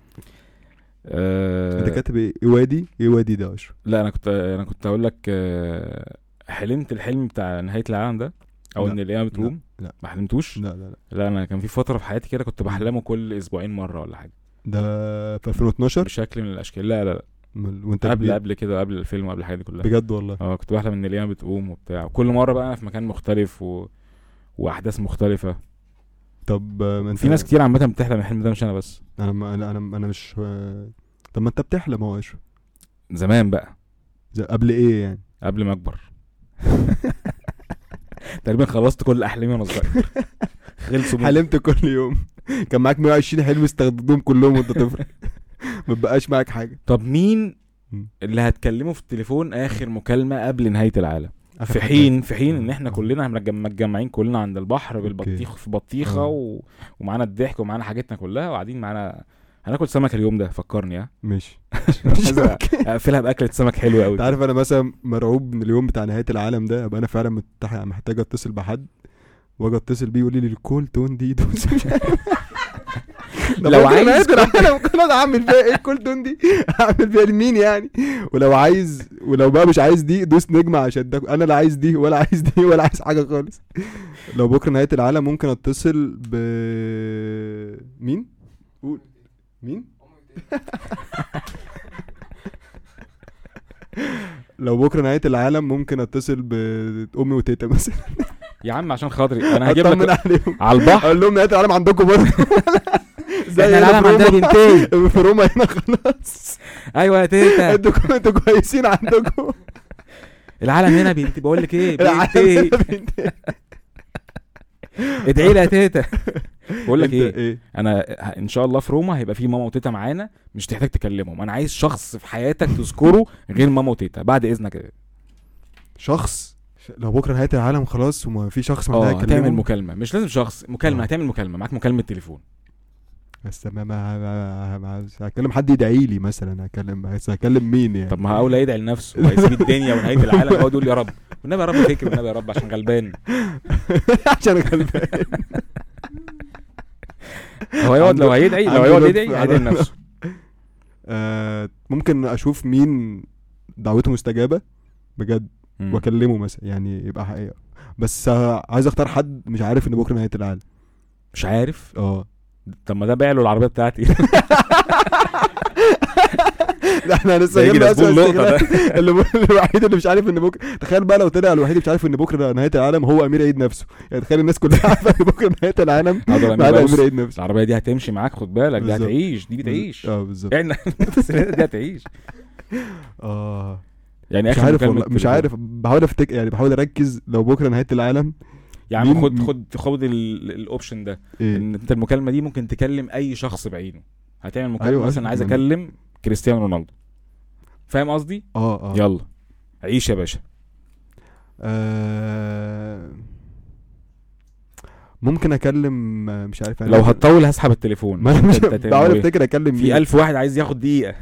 Speaker 2: آه
Speaker 1: انت كاتب ايه وادي ايه وادي ده يا اشرف
Speaker 2: لا انا كنت انا كنت هقول لك آه، حلمت الحلم بتاع نهايه العالم ده او
Speaker 1: لا.
Speaker 2: ان القيامه بتقوم
Speaker 1: لا.
Speaker 2: ما حلمتوش
Speaker 1: لا لا لا
Speaker 2: لا انا كان في فتره في حياتي كده كنت بحلمه كل اسبوعين مره ولا حاجه
Speaker 1: ده في 2012
Speaker 2: بشكل من الاشكال لا لا لا
Speaker 1: من- وانت
Speaker 2: قبل
Speaker 1: كبير.
Speaker 2: قبل كده قبل الفيلم قبل الحاجات دي كلها
Speaker 1: بجد والله
Speaker 2: اه كنت بحلم ان القيامه بتقوم وبتاع وكل مره بقى انا في مكان مختلف و... واحداث مختلفه
Speaker 1: طب آه، ما انت
Speaker 2: في ناس كتير عامه بتحلم الحلم ده مش انا بس
Speaker 1: انا ما- انا انا انا مش آه، طب ما انت بتحلم اهو يا اشرف
Speaker 2: زمان بقى
Speaker 1: زي- قبل ايه يعني
Speaker 2: قبل ما اكبر تقريبا خلصت كل احلامي وانا صغير خلصوا من-
Speaker 1: حلمت كل يوم كان معاك 120 حلم استخدمتهم كلهم وانت طفل ما بقاش معاك حاجه
Speaker 2: طب مين
Speaker 1: مم.
Speaker 2: اللي هتكلمه في التليفون اخر مكالمه قبل نهايه العالم
Speaker 1: آخر
Speaker 2: في
Speaker 1: حاجة.
Speaker 2: حين في حين ان احنا كلنا هنبقى متجمعين كلنا عند البحر
Speaker 1: أوكي.
Speaker 2: بالبطيخ في بطيخه
Speaker 1: آه.
Speaker 2: و... ومعانا الضحك ومعانا حاجتنا كلها وقاعدين معانا هناكل سمك اليوم ده فكرني ها
Speaker 1: ماشي
Speaker 2: عايز اقفلها باكله سمك حلوه قوي
Speaker 1: انت عارف انا مثلا مرعوب من اليوم بتاع نهايه العالم ده ابقى انا فعلا متح- محتاج اتصل بحد واجي اتصل بيه يقول لي الكول تون دي دوس مش عارف. طب
Speaker 2: لو
Speaker 1: أنا كده
Speaker 2: عايز
Speaker 1: نهاية العالم كله اعمل فيها ايه الكول تون دي اعمل فيها لمين يعني ولو عايز ولو بقى مش عايز دي دوس نجمه عشان ده انا لا عايز دي ولا عايز دي ولا عايز حاجه خالص لو بكره نهايه العالم ممكن اتصل ب مين قول مين لو بكره نهايه العالم ممكن اتصل بامي وتيتا مثلا
Speaker 2: يا عم عشان خاطري انا هجيب
Speaker 1: اطمن
Speaker 2: لك
Speaker 1: عليهم
Speaker 2: على البحر
Speaker 1: اقول لهم نهايه العالم عندكم برضه زي
Speaker 2: احنا
Speaker 1: هنا
Speaker 2: العالم
Speaker 1: في
Speaker 2: عندنا
Speaker 1: روما.
Speaker 2: بينتهي
Speaker 1: في روما هنا خلاص
Speaker 2: ايوه يا تيتا
Speaker 1: انتوا كو- انتوا كويسين عندكم
Speaker 2: العالم هنا بينتهي بقول لك ايه
Speaker 1: العالم
Speaker 2: بينتهي
Speaker 1: هنا بينتهي.
Speaker 2: ادعي لي يا تيتا بقول لك
Speaker 1: انت
Speaker 2: ايه انا ه- ان شاء الله في روما هيبقى في ماما وتيتا معانا مش تحتاج تكلمهم انا عايز شخص في حياتك تذكره غير ماما وتيتا بعد اذنك إيه.
Speaker 1: شخص لو بكره نهايه العالم خلاص وما في شخص
Speaker 2: اه
Speaker 1: محتاج
Speaker 2: هتعمل
Speaker 1: يكلمه
Speaker 2: مكالمه مش لازم شخص مكالمه
Speaker 1: آه.
Speaker 2: هتعمل مكالمه معاك مكالمه تليفون
Speaker 1: بس ما- ما- ما- ما- هكلم حد يدعي لي مثلا هكلم بس هكلم مين يعني
Speaker 2: طب ما هقول يدعي لنفسه وهيسيب الدنيا ونهايه العالم هو يقول يا رب والنبي يا رب فكر والنبي يا رب عشان غلبان
Speaker 1: عشان اكلم
Speaker 2: هو يقعد لو هيدعي لو
Speaker 1: عنده
Speaker 2: هيقعد
Speaker 1: لطف
Speaker 2: يدعي
Speaker 1: على
Speaker 2: هيدعي
Speaker 1: ربنا.
Speaker 2: لنفسه
Speaker 1: آه، ممكن اشوف مين دعوته مستجابه بجد
Speaker 2: مم.
Speaker 1: واكلمه مثلا يعني يبقى حقيقه بس آه، عايز اختار حد مش عارف ان بكره نهايه العالم
Speaker 2: مش عارف
Speaker 1: اه
Speaker 2: طب ما ده باع له العربيه بتاعتي
Speaker 1: ده احنا لسه
Speaker 2: ده يجي
Speaker 1: جبنا
Speaker 2: لزبون
Speaker 1: أسوأ
Speaker 2: لقطة ده.
Speaker 1: استغلال. اللي ب- الوحيد اللي مش عارف ان بكره تخيل بقى لو طلع الوحيد اللي مش عارف ان بكره نهايه العالم هو امير عيد نفسه يعني تخيل الناس كلها عارفه ان بكره نهايه العالم
Speaker 2: أقعد أقول
Speaker 1: ما
Speaker 2: لأمير
Speaker 1: عدا
Speaker 2: بقى بص،
Speaker 1: امير عيد نفسه
Speaker 2: العربيه دي هتمشي معاك خد بالك دي
Speaker 1: بالظبط.
Speaker 2: هتعيش دي بتعيش
Speaker 1: اه بالظبط
Speaker 2: يعني دي هتعيش
Speaker 1: اه
Speaker 2: يعني
Speaker 1: مش
Speaker 2: اخر
Speaker 1: عارف
Speaker 2: مكالمة
Speaker 1: والله مش
Speaker 2: تليفون.
Speaker 1: عارف بحاول افتكر يعني بحاول اركز لو بكره نهايه العالم
Speaker 2: يا عم
Speaker 1: مين-
Speaker 2: يعني خد خد خد ال- الاوبشن ده
Speaker 1: ايه
Speaker 2: ان انت المكالمه دي ممكن تكلم اي شخص بعينه هتعمل مكالمه
Speaker 1: أيوة،
Speaker 2: أيوة مثلا
Speaker 1: أيوة.
Speaker 2: عايز
Speaker 1: يعني-
Speaker 2: اكلم كريستيانو رونالدو فاهم قصدي
Speaker 1: اه اه
Speaker 2: يلا عيش يا باشا
Speaker 1: آه، ممكن اكلم آه، مش عارف أنا-
Speaker 2: لو هتطول هسحب التليفون
Speaker 1: ما انا مش
Speaker 2: أنت- أنت هتعمل
Speaker 1: بحاول
Speaker 2: إيه؟
Speaker 1: افتكر اكلم مين
Speaker 2: في ألف واحد عايز ياخد دقيقه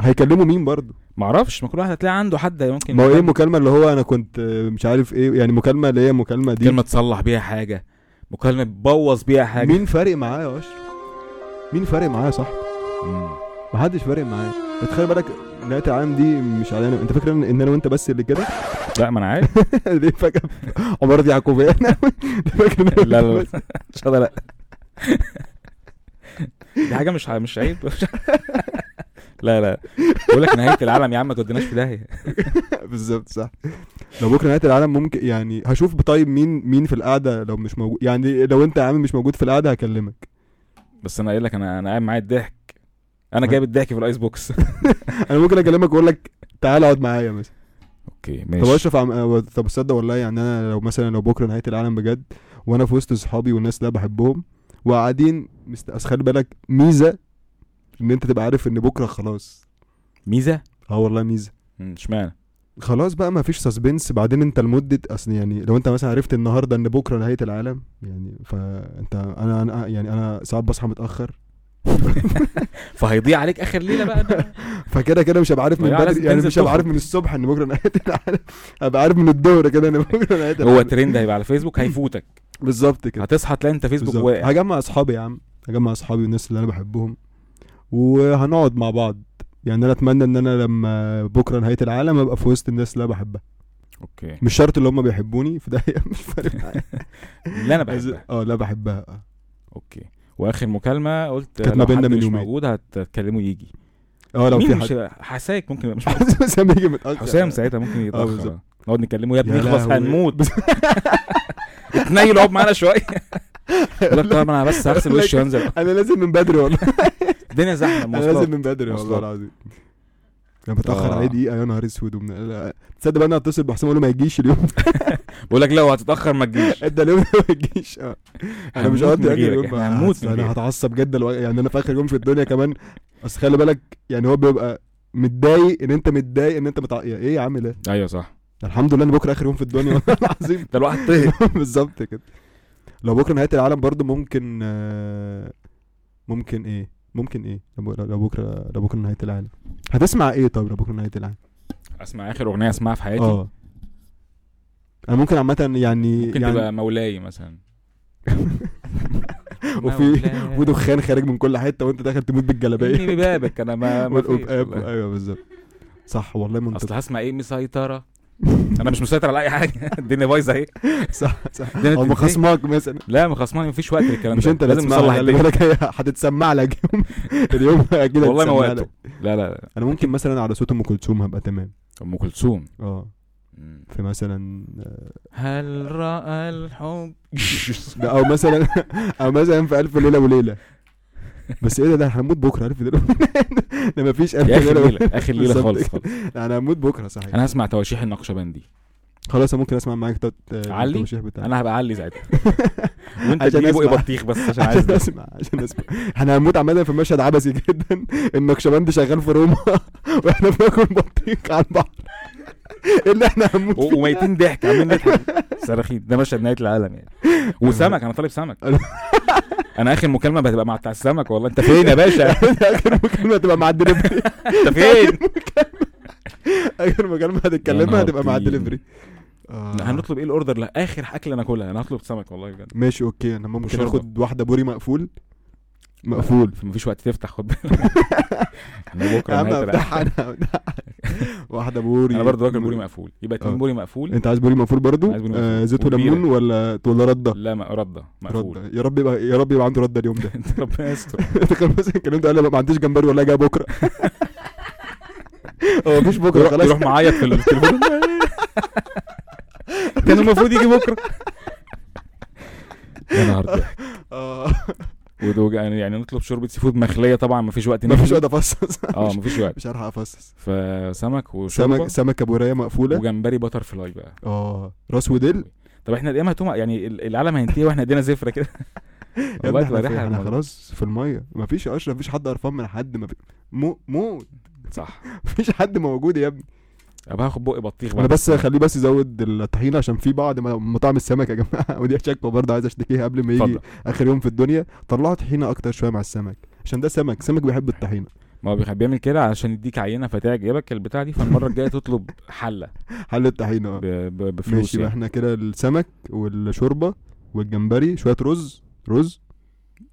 Speaker 1: هيكلموا مين برضه
Speaker 2: معرفش ما كل واحد هتلاقي عنده حد ممكن
Speaker 1: ما هو ايه
Speaker 2: يكلم-
Speaker 1: المكالمه اللي هو انا كنت آه، مش عارف ايه يعني مكالمه اللي هي مكالمه دي
Speaker 2: كلمه تصلح بيها حاجه مكالمه تبوظ بيها حاجه
Speaker 1: مين فارق معايا يا اشرف مين فارق معايا يا صاحبي
Speaker 2: مم.
Speaker 1: محدش فارق معايا تخيل بالك نهايه العالم دي مش علينا انت فاكر ان إن انا وانت بس اللي كده
Speaker 2: لا ما انا عارف
Speaker 1: ليه فاكر عمارة يعقوبيه انا فاكر إن أنا
Speaker 2: لا لا
Speaker 1: وأنت
Speaker 2: لا
Speaker 1: بس؟
Speaker 2: ان شاء الله لا دي حاجه مش مش عيب لا لا بقول لك نهايه العالم يا عم ما توديناش في داهيه
Speaker 1: بالظبط صح لو بكره نهايه العالم ممكن يعني هشوف طيب مين مين في القعده لو مش موجود يعني لو انت يا عم مش موجود في القعده هكلمك
Speaker 2: بس انا قايل لك انا انا قاعد معايا الضحك انا جايب الضحك في الايس بوكس
Speaker 1: انا ممكن اكلمك واقول لك تعال اقعد معايا مثلا
Speaker 2: اوكي
Speaker 1: طب
Speaker 2: ماشي
Speaker 1: اشرف عم... آه، طب تصدق والله يعني انا لو مثلا لو بكره نهايه العالم بجد وانا في وسط اصحابي والناس اللي أنا بحبهم وقاعدين مست... أصل خلي بالك ميزه ان انت تبقى عارف ان بكره خلاص
Speaker 2: ميزه
Speaker 1: اه والله ميزه
Speaker 2: مم، اشمعنى
Speaker 1: خلاص بقى ما فيش سسبنس بعدين انت لمده اصل يعني لو انت مثلا عرفت النهارده ان بكره نهايه العالم يعني فانت انا انا يعني انا ساعات بصحى متاخر
Speaker 2: فهيضيع عليك اخر ليله بقى ده.
Speaker 1: فكده كده مش هبقى عارف من
Speaker 2: يعني لازم
Speaker 1: بدري يعني
Speaker 2: تنزل
Speaker 1: مش هبقى عارف
Speaker 2: تخرج.
Speaker 1: من الصبح ان بكره نهايه العالم هبقى عارف من الظهر كده ان بكره نهايه العالم
Speaker 2: هو ترند هيبقى على فيسبوك هيفوتك
Speaker 1: بالظبط كده
Speaker 2: هتصحى تلاقي انت فيسبوك
Speaker 1: بالظبط
Speaker 2: واقع
Speaker 1: هجمع اصحابي يا عم هجمع اصحابي والناس اللي انا بحبهم وهنقعد مع بعض يعني انا اتمنى ان انا لما بكره نهايه العالم ابقى في وسط الناس اللي انا بحبها
Speaker 2: اوكي
Speaker 1: مش شرط اللي هم بيحبوني في ده مش فارق معايا
Speaker 2: اللي انا
Speaker 1: عايز-
Speaker 2: بحبها
Speaker 1: اه لا بحبها آه.
Speaker 2: اوكي واخر مكالمه قلت
Speaker 1: كانت
Speaker 2: لو
Speaker 1: ما بيننا
Speaker 2: حد
Speaker 1: من
Speaker 2: مش
Speaker 1: يومين.
Speaker 2: موجود هتكلمه يجي
Speaker 1: اه لو
Speaker 2: مين
Speaker 1: في
Speaker 2: مش
Speaker 1: حد
Speaker 2: حساك ممكن يبقى مش موجود.
Speaker 1: حسام يجي متاخر
Speaker 2: حسام ساعتها ممكن يتاخر
Speaker 1: بالظبط.
Speaker 2: نقعد نكلمه يعني. آه، يا ابني
Speaker 1: يا
Speaker 2: اخلص
Speaker 1: لهوي.
Speaker 2: هنموت اتنيل اقعد معانا شويه يقول لك طب انا بس هغسل وشي وانزل
Speaker 1: انا لازم من بدري والله
Speaker 2: الدنيا زحمه
Speaker 1: انا لازم
Speaker 2: مواصلات
Speaker 1: من بدري والله
Speaker 2: مواصلات.
Speaker 1: العظيم انا بتاخر
Speaker 2: آه.
Speaker 1: عليه دقيقه يا نهار اسود ومن- لا، تصدق بقى انا هتصل بحسام اقول له ما يجيش اليوم
Speaker 2: بقول لك لو هتتاخر ما تجيش
Speaker 1: انت اليوم ده ما يجيش اه انا
Speaker 2: هنموت
Speaker 1: مش هقضي
Speaker 2: من
Speaker 1: اخر
Speaker 2: غيرك،
Speaker 1: يوم
Speaker 2: احنا
Speaker 1: بقى.
Speaker 2: هنموت
Speaker 1: أصل
Speaker 2: من
Speaker 1: انا
Speaker 2: غيرك.
Speaker 1: هتعصب جدا الو- يعني انا في اخر يوم في الدنيا كمان اصل خلي بالك يعني هو بيبقى متضايق ان انت متضايق ان انت متع... ايه يا عم ده
Speaker 2: ايوه صح
Speaker 1: ده الحمد لله ان بكره اخر يوم في الدنيا والله العظيم
Speaker 2: ده الواحد طهق
Speaker 1: بالظبط كده لو بكره نهايه العالم برضه ممكن آه، ممكن ايه ممكن ايه لو بكرة- لو بكره لو بكره نهايه العالم هتسمع ايه طب لو بكره نهايه العالم
Speaker 2: اسمع اخر اغنيه اسمعها في حياتي
Speaker 1: اه انا ممكن عامه يعني
Speaker 2: ممكن
Speaker 1: يعني
Speaker 2: تبقى مولاي مثلا
Speaker 1: وفي ودخان خارج من كل حته وانت داخل تموت بالجلابيه
Speaker 2: اني ببابك انا ما ما فيش
Speaker 1: والقباب
Speaker 2: والله.
Speaker 1: ايوه بالظبط صح والله منطق
Speaker 2: اصل هسمع ايه مسيطره انا مش مسيطر على اي حاجه الدنيا بايظه اهي
Speaker 1: صح صح
Speaker 2: الدنيا
Speaker 1: او
Speaker 2: بتنتهي.
Speaker 1: خصمك مثلا
Speaker 2: لا ما خصماني مفيش وقت للكلام
Speaker 1: مش
Speaker 2: ده.
Speaker 1: انت اللي
Speaker 2: لازم
Speaker 1: تسمعها
Speaker 2: نصلح
Speaker 1: خلي
Speaker 2: الدنيا
Speaker 1: بالك هي هتتسمع لك يوم اليوم اكيد
Speaker 2: والله ما
Speaker 1: هتتسمع
Speaker 2: وقته
Speaker 1: لك.
Speaker 2: لا لا لا
Speaker 1: انا ممكن مثلا على صوت ام كلثوم هبقى تمام
Speaker 2: ام كلثوم
Speaker 1: اه
Speaker 2: مم.
Speaker 1: في مثلا آه،
Speaker 2: هل راى الحب
Speaker 1: ده او مثلا او مثلا في الف ليله وليله بس ايه ده ده احنا هنموت بكره عارف ده ده مفيش الف
Speaker 2: يا اخر
Speaker 1: ليله وليله
Speaker 2: ليله اخر ليله
Speaker 1: بالظبط
Speaker 2: خالص
Speaker 1: كده.
Speaker 2: خالص
Speaker 1: لا، انا هموت بكره صحيح
Speaker 2: انا هسمع تواشيح النقشبندي
Speaker 1: خلاص انا ممكن اسمع معاك تت...
Speaker 2: علي؟
Speaker 1: التوشيح بتاعك
Speaker 2: انا هبقى علي ساعتها وانت
Speaker 1: طيب. عشان
Speaker 2: تجيب بقي
Speaker 1: أسمع.
Speaker 2: بطيخ بس عشان عايز
Speaker 1: عشان
Speaker 2: ده
Speaker 1: اسمع عشان اسمع احنا هنموت عامه في مشهد عبثي جدا النقشبند شغال في روما واحنا بناكل بطيخ على البحر إيه اللي احنا هنموت
Speaker 2: و- وميتين ضحك عمالين نضحك صراخين ده مشهد نهايه العالم يعني وسمك انا طالب سمك انا اخر مكالمه بتبقى مع بتاع السمك والله انت فين يا باشا
Speaker 1: اخر مكالمه هتبقى مع الدليفري
Speaker 2: انت فين
Speaker 1: اخر مكالمه
Speaker 2: يا
Speaker 1: هتتكلمها
Speaker 2: نهار
Speaker 1: هتبقى مع
Speaker 2: طين.
Speaker 1: الدليفري آه.
Speaker 2: هنطلب ايه الاوردر لا اخر اكل انا اكلها انا هطلب سمك والله بجد
Speaker 1: ماشي اوكي انا ممكن
Speaker 2: وشوربة.
Speaker 1: اخد واحده بوري مقفول مقفول
Speaker 2: مفيش وقت تفتح خد بالك احنا
Speaker 1: يا
Speaker 2: بكره
Speaker 1: عم
Speaker 2: نهايه العالم.
Speaker 1: افتحها انا هفتحها. واحده بوري
Speaker 2: انا برضه باكل بوري مقفول يبقى اتنين
Speaker 1: آه.
Speaker 2: بوري مقفول
Speaker 1: انت عايز بوري مقفول برضو
Speaker 2: عايز بوري
Speaker 1: آه،
Speaker 2: مقفول.
Speaker 1: زيت
Speaker 2: وكبيرة.
Speaker 1: وليمون ولا ولا رده
Speaker 2: لا ما رده مقفول
Speaker 1: رده يا رب يبقى يا رب يبقى عنده رده اليوم ده
Speaker 2: ربنا يستر
Speaker 1: انت كان مثلا الكلام ده قال لي ما عنديش جمبري ولا جاي بكره هو مفيش بكره
Speaker 2: يروح-
Speaker 1: خلاص
Speaker 2: يروح معيط في التليفون كان المفروض يجي بكره يا نهار ده
Speaker 1: اه
Speaker 2: ودوج يعني يعني نطلب شوربه سي فود مخليه طبعا مفيش وقت
Speaker 1: مفيش وقت
Speaker 2: ناكل.
Speaker 1: افصص
Speaker 2: اه مفيش وقت
Speaker 1: مش هلحق افصص
Speaker 2: فسمك
Speaker 1: سمك
Speaker 2: وشوربه
Speaker 1: سمكه بوريه مقفوله
Speaker 2: وجمبري بتر فلاي بقى
Speaker 1: اه راس وديل
Speaker 2: طب احنا الايام هتوم يعني ال- العالم هينتهي واحنا ايدينا زفره كده
Speaker 1: يا
Speaker 2: والله
Speaker 1: ابني احنا,
Speaker 2: تبقى
Speaker 1: في-
Speaker 2: ريحه
Speaker 1: احنا
Speaker 2: الموضوع.
Speaker 1: خلاص في الميه مفيش اشرف مفيش حد قرفان من حد مفي... مو موت
Speaker 2: صح
Speaker 1: مفيش حد موجود يا ابني
Speaker 2: ابقى هاخد بقي بطيخ
Speaker 1: انا
Speaker 2: بقى
Speaker 1: بس خليه بس يزود الطحينه عشان في بعض م- مطاعم السمك يا جماعه ودي شكوى برضه عايز اشتكيها قبل ما يجي
Speaker 2: اتفضل
Speaker 1: اخر يوم في الدنيا طلعوا طحينه اكتر شويه مع السمك عشان ده سمك سمك بيحب الطحينه
Speaker 2: ما هو بيخ- بيعمل كده عشان يديك عينه فتعجبك البتاع دي فالمره الجايه تطلب حله
Speaker 1: حل الطحينه اه
Speaker 2: ب- ب- بفلوس
Speaker 1: ماشي يبقى
Speaker 2: يعني.
Speaker 1: احنا كده السمك والشوربه والجمبري شويه رز رز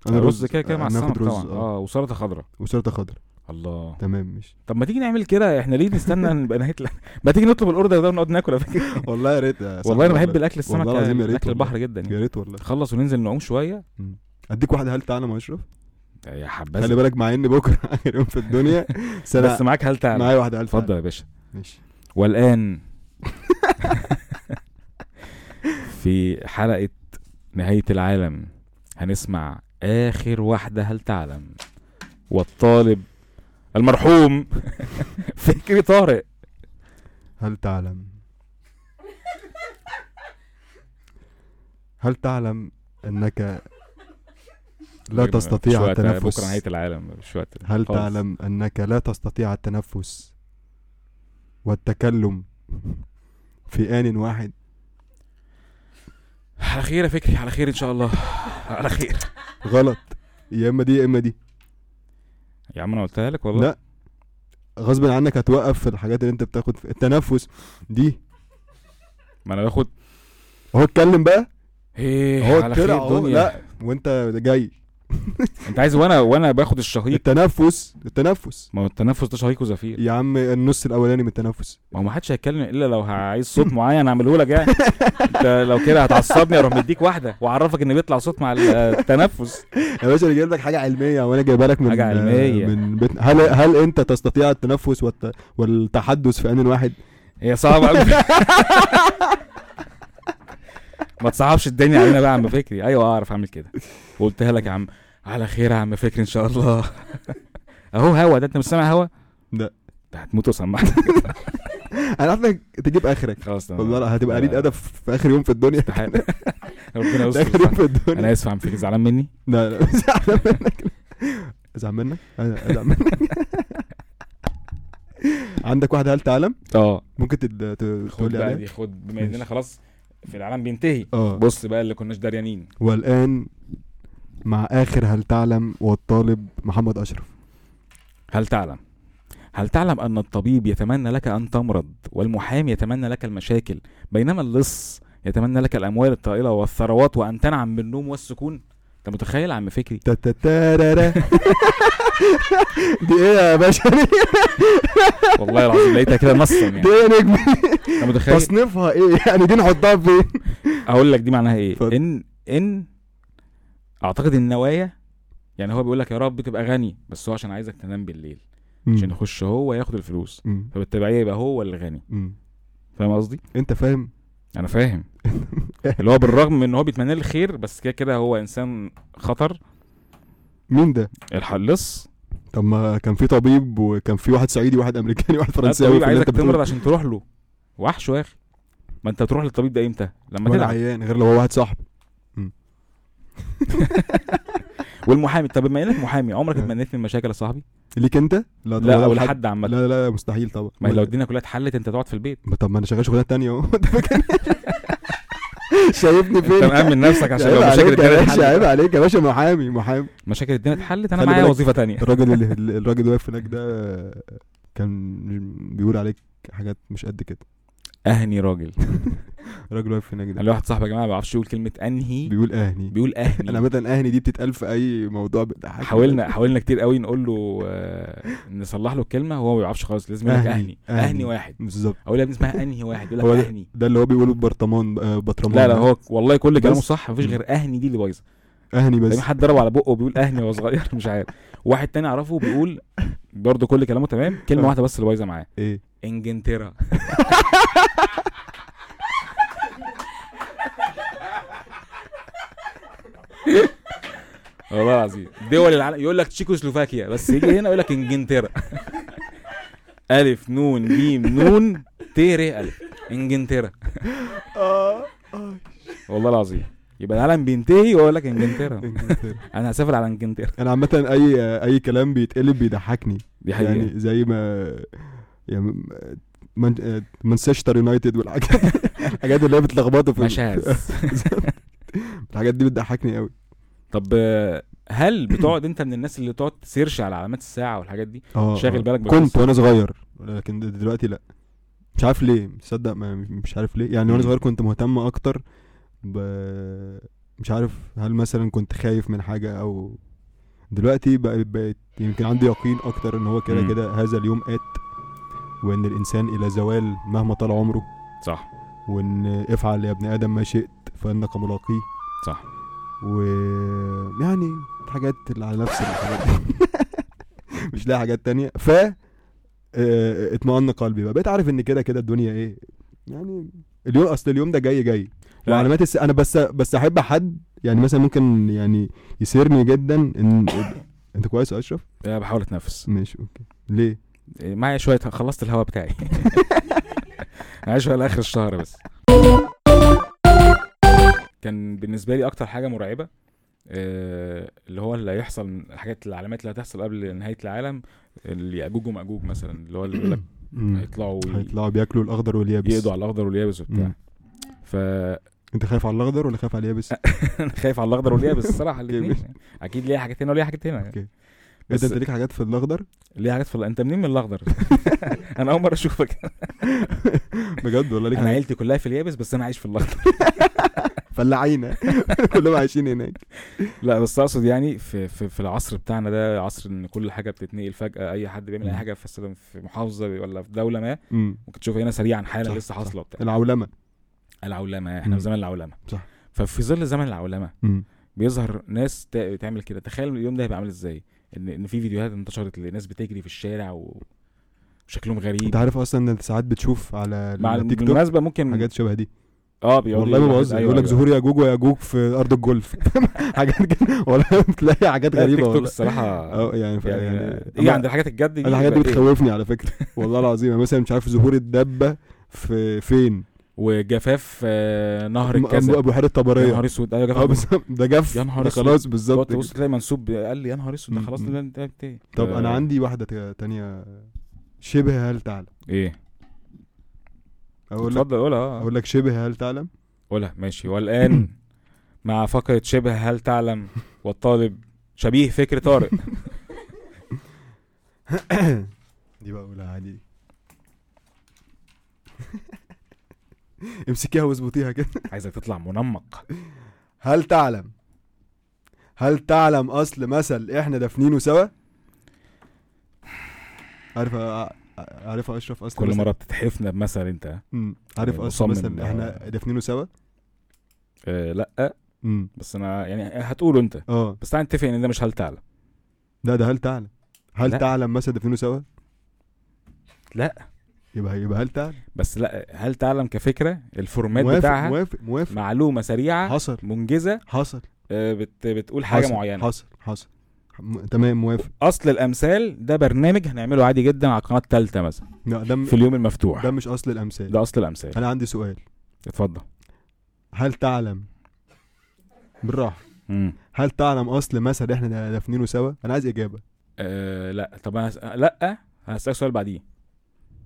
Speaker 1: انا
Speaker 2: رز كده كده مع
Speaker 1: انا هاخد
Speaker 2: السمك
Speaker 1: رز،
Speaker 2: طبعا
Speaker 1: اه
Speaker 2: اه وسلطه خضراء
Speaker 1: وسلطه خضراء
Speaker 2: الله
Speaker 1: تمام ماشي
Speaker 2: طب ما تيجي نعمل كده احنا ليه نستنى نبقى نهايه الع- ما تيجي نطلب الاوردر ده ونقعد ناكل على فكرة.
Speaker 1: والله يا ريت يا صاحبي
Speaker 2: والله انا بحب الاكل
Speaker 1: والله
Speaker 2: السمك
Speaker 1: العظيم يا ريت
Speaker 2: الاكل
Speaker 1: والله.
Speaker 2: البحر جدا يعني
Speaker 1: يا ريت والله
Speaker 2: خلص وننزل نعوم شويه
Speaker 1: اديك واحده هل تعلم يا اشرف
Speaker 2: يا
Speaker 1: خلي
Speaker 2: حبذا
Speaker 1: بالك مع ان بكره اخر يوم في الدنيا سنه
Speaker 2: بس معاك هل تعلم
Speaker 1: معايا واحده هل تعلم
Speaker 2: اتفضل يا باشا
Speaker 1: ماشي
Speaker 2: والآن في حلقة نهاية العالم هنسمع آخر واحدة هل تعلم والطالب المرحوم فكري طارق
Speaker 1: هل تعلم هل تعلم انك لا
Speaker 2: مش
Speaker 1: تستطيع
Speaker 2: وقت- بكرة
Speaker 1: التنفس
Speaker 2: نهاية العالم مش وقت
Speaker 1: هل
Speaker 2: خالص.
Speaker 1: تعلم أنك لا تستطيع التنفس والتكلم في آن واحد
Speaker 2: على خير يا فكري على خير إن شاء الله على خير
Speaker 1: غلط يا إما دي يا إما دي
Speaker 2: يا عم أنا قلتها لك والله
Speaker 1: لا. غصب عنك هتوقف في الحاجات اللي أنت بتاخد في التنفس دي
Speaker 2: ما أنا باخد
Speaker 1: هو اتكلم بقى
Speaker 2: إيه
Speaker 1: هو
Speaker 2: على
Speaker 1: طلع
Speaker 2: خير
Speaker 1: اهو
Speaker 2: الدنيا
Speaker 1: لا وأنت جاي
Speaker 2: انت عايز وانا وانا باخد الشهيق
Speaker 1: التنفس التنفس
Speaker 2: ما هو التنفس ده شهيق وزفير
Speaker 1: يا عم النص الاولاني من التنفس
Speaker 2: ما هو ما حدش هيتكلم الا لو عايز صوت معين اعمله لك يعني انت لو كده هتعصبني اروح مديك واحده واعرفك ان بيطلع صوت مع التنفس
Speaker 1: يا باشا انا جايب لك حاجه علميه وانا جايبها لك من
Speaker 2: حاجة علمية.
Speaker 1: من بيت هل هل انت تستطيع التنفس والت... والتحدث في ان واحد
Speaker 2: هي صعبه قوي ما تصعبش الدنيا علينا بقى يا عم فكري ايوه اعرف اعمل كده وقلتها لك يا عم على خير يا عم فكري ان شاء الله اهو هوا ده انت مش سامع هوا
Speaker 1: لا.
Speaker 2: ده هتموت وسمعت
Speaker 1: انا عارفك تجيب اخرك
Speaker 2: خلاص تمام.
Speaker 1: والله لا هتبقى قليل
Speaker 2: آه.
Speaker 1: ادب في اخر يوم في الدنيا
Speaker 2: استحالة. ربنا
Speaker 1: في اخر يوم
Speaker 2: يستر
Speaker 1: في الدنيا
Speaker 2: انا اسف عم فكري زعلان مني
Speaker 1: لا لا زعلان منك ازعل منك انا ازعل منك عندك واحده هل تعلم
Speaker 2: اه
Speaker 1: ممكن تد- ت-
Speaker 2: خد
Speaker 1: تقول لي
Speaker 2: بقى
Speaker 1: عليها
Speaker 2: دي خد بما
Speaker 1: ماشي.
Speaker 2: اننا خلاص في العالم بينتهي
Speaker 1: اه
Speaker 2: بص بقى اللي كناش داريانين
Speaker 1: والان مع اخر هل تعلم والطالب محمد اشرف
Speaker 2: هل تعلم هل تعلم أن الطبيب يتمنى لك أن تمرض والمحامي يتمنى لك المشاكل بينما اللص يتمنى لك الأموال الطائلة والثروات وأن تنعم بالنوم والسكون أنت متخيل يا عم فكري
Speaker 1: تا- تا- تارارا. دي ايه يا باشا
Speaker 2: يعني
Speaker 1: دي
Speaker 2: والله العظيم لقيتها كده نصا يعني
Speaker 1: دي ايه يا نجم
Speaker 2: أنت متخيل
Speaker 1: تصنيفها ايه يعني دي نحطها فين
Speaker 2: أقول لك دي معناها إيه
Speaker 1: اتفضل.
Speaker 2: إن إن أعتقد النوايا يعني هو بيقول لك يا رب تبقى غني بس هو عشان عايزك تنام بالليل عشان يخش هو ياخد الفلوس
Speaker 1: مم.
Speaker 2: فبالتبعية يبقى هو اللي غني
Speaker 1: مم.
Speaker 2: فاهم قصدي؟
Speaker 1: انت فاهم
Speaker 2: انا فاهم اللي هو بالرغم من ان هو بيتمنى لي الخير بس كده كده هو انسان خطر
Speaker 1: مين ده
Speaker 2: الحلص
Speaker 1: طب ما كان في طبيب وكان في واحد صعيدي واحد امريكاني واحد فرنساوي
Speaker 2: الطبيب
Speaker 1: في اللي
Speaker 2: عايزك
Speaker 1: انت بتقول.
Speaker 2: تمرض عشان تروح له وحش يا اخي ما انت تروح للطبيب ده امتى لما
Speaker 1: وانا
Speaker 2: تلعب
Speaker 1: عيان غير لو هو واحد صاحبي
Speaker 2: والمحامي طب بما انك محامي عمرك
Speaker 1: آه.
Speaker 2: اتمنيت من مشاكل يا صاحبي
Speaker 1: ليك انت لا طبعا
Speaker 2: لا او
Speaker 1: لحد-
Speaker 2: لحد عامه
Speaker 1: لا لا مستحيل طبعا
Speaker 2: ما هي لو الدنيا كلها اتحلت انت تقعد في البيت
Speaker 1: ما- طب ما انا شغال شغلانه تانية اهو انت فاكر شايفني
Speaker 2: انت
Speaker 1: فين
Speaker 2: مأمن نفسك عشان
Speaker 1: عيب
Speaker 2: لو
Speaker 1: عليك يا باشا،
Speaker 2: مشاكل الدنيا
Speaker 1: عيب
Speaker 2: اتحلت
Speaker 1: عليك يا باشا محامي محامي
Speaker 2: مشاكل الدنيا اتحلت انا
Speaker 1: خلي
Speaker 2: معايا
Speaker 1: بالك.
Speaker 2: وظيفه تانية
Speaker 1: الراجل اللي الراجل اللي واقف هناك ده كان بيقول عليك حاجات مش قد كده
Speaker 2: اهني راجل
Speaker 1: الراجل واقف هناك
Speaker 2: انا
Speaker 1: ده
Speaker 2: لو واحد صاحبي يا جماعه ما بيعرفش يقول كلمه انهي
Speaker 1: بيقول اهني
Speaker 2: بيقول
Speaker 1: انا
Speaker 2: اهني
Speaker 1: مثلا اهني دي بتتقال في اي موضوع بيضحكني.
Speaker 2: حاولنا حاولنا كتير قوي نقول له آه، نصلح له الكلمه هو ما بيعرفش خالص لازم يقول لك
Speaker 1: أهني،
Speaker 2: اهني
Speaker 1: أهني.
Speaker 2: اهني واحد
Speaker 1: بالظبط
Speaker 2: اقول يا ابني اسمها انهي واحد
Speaker 1: هو
Speaker 2: يقول لك اهني
Speaker 1: ده اللي هو بيقوله برطمان آه، بطرمان
Speaker 2: لا لا هو والله كل كلامه
Speaker 1: بس.
Speaker 2: صح مفيش غير اهني دي اللي بايظه
Speaker 1: اهني بس
Speaker 2: دايما حد ضربه على بقه بيقول اهني وهو صغير مش عارف واحد تاني اعرفه بيقول برضه كل كلامه تمام كلمه
Speaker 1: آه.
Speaker 2: واحده بس اللي بايظه معاه
Speaker 1: ايه
Speaker 2: انجلترا والله العظيم دول العالم يقول لك تشيكوسلوفاكيا بس يجي هنا يقول لك انجلترا الف نون جيم نون ت ر الف انجلترا
Speaker 1: اه
Speaker 2: والله العظيم يبقى العالم بينتهي ويقول لك انجلترا انا هسافر على انجلترا
Speaker 1: انا عامه اي اي كلام بيتقلب بيضحكني
Speaker 2: دي حقيقة
Speaker 1: يعني زي ما يعني من- آه، مانشستر يونايتد والحاجات الحاجات اللي هي بتلخبطه في
Speaker 2: مشاهد
Speaker 1: الحاجات دي بتضحكني قوي
Speaker 2: طب آه، هل بتقعد انت من الناس اللي تقعد تسيرش على علامات الساعة والحاجات دي
Speaker 1: اه
Speaker 2: شاغل
Speaker 1: آه.
Speaker 2: بالك بالقصة.
Speaker 1: كنت وانا صغير لكن د- دلوقتي لا مش عارف ليه تصدق ما- مش عارف ليه يعني وانا
Speaker 2: مم.
Speaker 1: صغير كنت مهتم اكتر ب... مش عارف هل مثلا كنت خايف من حاجه او دلوقتي بقى- بقيت يمكن عندي يقين اكتر ان هو كده
Speaker 2: مم.
Speaker 1: كده هذا اليوم ات وان الانسان الى زوال مهما طال عمره
Speaker 2: صح
Speaker 1: وان افعل يا ابن ادم ما شئت فانك ملاقيه
Speaker 2: صح.
Speaker 1: و يعني الحاجات اللي على نفس الحاجات دي. مش لاقي حاجات تانية ف آه، اطمأن قلبي بقى بقيت عارف ان كده كده الدنيا ايه يعني اليوم اصل اليوم ده جاي جاي
Speaker 2: لا.
Speaker 1: وعلامات الس... انا بس بس احب حد يعني مثلا ممكن يعني يسيرني جدا ان انت كويس يا اشرف
Speaker 2: انا بحاول اتنفس
Speaker 1: ماشي اوكي ليه
Speaker 2: إيه، معايا شويه خلصت الهواء بتاعي معايا شويه لاخر الشهر بس كان بالنسبه لي اكتر حاجه مرعبه آه، اللي هو اللي هيحصل من الحاجات العلامات اللي هتحصل قبل نهايه العالم اللي ياجوج وماجوج مثلا اللي هو اللي يقول لك
Speaker 1: مم.
Speaker 2: هيطلعوا وي-
Speaker 1: هيطلعوا بياكلوا الاخضر واليابس
Speaker 2: يقضوا على الاخضر واليابس وبتاع
Speaker 1: مم.
Speaker 2: فانا
Speaker 1: انت خايف على الاخضر ولا خايف على اليابس
Speaker 2: خايف على الاخضر واليابس الصراحه
Speaker 1: أوكي،
Speaker 2: الاثنين اكيد ليها حاجات هنا وليها حاجات هنا
Speaker 1: أوكي.
Speaker 2: بس
Speaker 1: انت انت ليك حاجات في الاخضر
Speaker 2: ليها حاجات في ال- انت منين من الاخضر انا اول مره اشوفك
Speaker 1: بجد والله ليك
Speaker 2: انا عيلتي كلها في اليابس بس انا عايش في الاخضر
Speaker 1: فلاعينا كلهم عايشين هناك
Speaker 2: لا بس اقصد يعني في في, في العصر بتاعنا ده عصر ان كل حاجه بتتنقل فجاه اي حد بيعمل اي
Speaker 1: مم.
Speaker 2: حاجه في مثلا في محافظه ولا في دوله ما
Speaker 1: مم.
Speaker 2: ممكن تشوف هنا سريعا حالا
Speaker 1: صح،
Speaker 2: لسه
Speaker 1: صح.
Speaker 2: حاصله وبتاع
Speaker 1: العولمه
Speaker 2: العولمه احنا
Speaker 1: مم.
Speaker 2: في زمن العولمه
Speaker 1: صح.
Speaker 2: ففي ظل زمن العولمه
Speaker 1: مم.
Speaker 2: بيظهر ناس تا- تعمل كده تخيل اليوم ده هيبقى عامل ازاي ان ان في فيديوهات انتشرت لناس بتجري في الشارع و- وشكلهم غريب
Speaker 1: انت عارف اصلا انت ساعات بتشوف على
Speaker 2: مع
Speaker 1: التيك توك
Speaker 2: بالمناسبه ممكن
Speaker 1: حاجات شبه دي
Speaker 2: اه بيقعدوا
Speaker 1: والله ما
Speaker 2: يقولوا
Speaker 1: بهزر
Speaker 2: أيوة،
Speaker 1: يقول لك
Speaker 2: أيوة.
Speaker 1: ظهور ياجوج وياجوج في ارض الجولف حاجات كده والله بتلاقي حاجات
Speaker 2: لا،
Speaker 1: غريبه
Speaker 2: التيك توك
Speaker 1: والله
Speaker 2: الصراحه
Speaker 1: اه يعني ف-
Speaker 2: يعني,
Speaker 1: يعني
Speaker 2: ايه
Speaker 1: أما
Speaker 2: عند الحاجات الجد دي
Speaker 1: الحاجات دي
Speaker 2: بيبقى إيه؟
Speaker 1: بتخوفني على فكره والله العظيم يعني مثلا مش عارف ظهور الدبه في فين
Speaker 2: وجفاف آه، نهر
Speaker 1: م-
Speaker 2: الكذا
Speaker 1: ابو حيره
Speaker 2: يا
Speaker 1: الطبريه
Speaker 2: نهار اسود ايوه
Speaker 1: اه
Speaker 2: جفاف
Speaker 1: بالظبط ده جف
Speaker 2: يا نهار
Speaker 1: ده
Speaker 2: اسود.
Speaker 1: خلاص
Speaker 2: وقت
Speaker 1: بالظبط أمم.
Speaker 2: وسط تلاقي منسوب قال لي يا نهار اسود ده
Speaker 1: م-
Speaker 2: خلاص
Speaker 1: م.
Speaker 2: ده انت بت-
Speaker 1: طب
Speaker 2: آه،
Speaker 1: انا عندي واحده تا- تانية شبه هل تعلم
Speaker 2: ايه
Speaker 1: اقول إيه؟ لك
Speaker 2: اتفضل قولها آه.
Speaker 1: اقول لك شبه هل تعلم
Speaker 2: قولها ماشي والان مع فقره شبه هل تعلم والطالب شبيه فكر طارق
Speaker 1: دي بقولها عادي امسكيها واظبطيها كده
Speaker 2: عايزك تطلع منمق
Speaker 1: هل تعلم هل تعلم اصل مثل احنا دافنينه سوا عارف أ- عارف اشرف اصل
Speaker 2: كل
Speaker 1: مثل؟
Speaker 2: مره بتتحفنا بمثل انت
Speaker 1: مم. عارف
Speaker 2: يعني
Speaker 1: اصل
Speaker 2: مصمم
Speaker 1: مثل احنا دافنينه سوا
Speaker 2: آه لا
Speaker 1: مم.
Speaker 2: بس انا يعني هتقوله انت
Speaker 1: اه
Speaker 2: بس تعالى نتفق ان ده مش هل تعلم
Speaker 1: ده ده هل تعلم هل
Speaker 2: لا.
Speaker 1: تعلم مثل دافنينه سوا
Speaker 2: لا
Speaker 1: يبقى يبقى هل تعلم
Speaker 2: بس لا هل تعلم كفكره الفورمات
Speaker 1: موافق
Speaker 2: بتاعها
Speaker 1: موافق موافق
Speaker 2: معلومه سريعه
Speaker 1: حصل
Speaker 2: منجزه
Speaker 1: حصل
Speaker 2: آه، بت بتقول حاجه
Speaker 1: حصل،
Speaker 2: معينه
Speaker 1: حصل حصل م- تمام موافق
Speaker 2: اصل الامثال ده برنامج هنعمله عادي جدا على القناه الثالثه مثلا
Speaker 1: لا ده م-
Speaker 2: في اليوم المفتوح
Speaker 1: ده مش اصل الامثال
Speaker 2: ده اصل الامثال
Speaker 1: انا عندي سؤال
Speaker 2: اتفضل
Speaker 1: هل تعلم بالراحه
Speaker 2: مم.
Speaker 1: هل تعلم اصل مثل احنا دافنينه سوا انا عايز اجابه
Speaker 2: أه لا طب انا هس... لا هسالك سؤال بعديه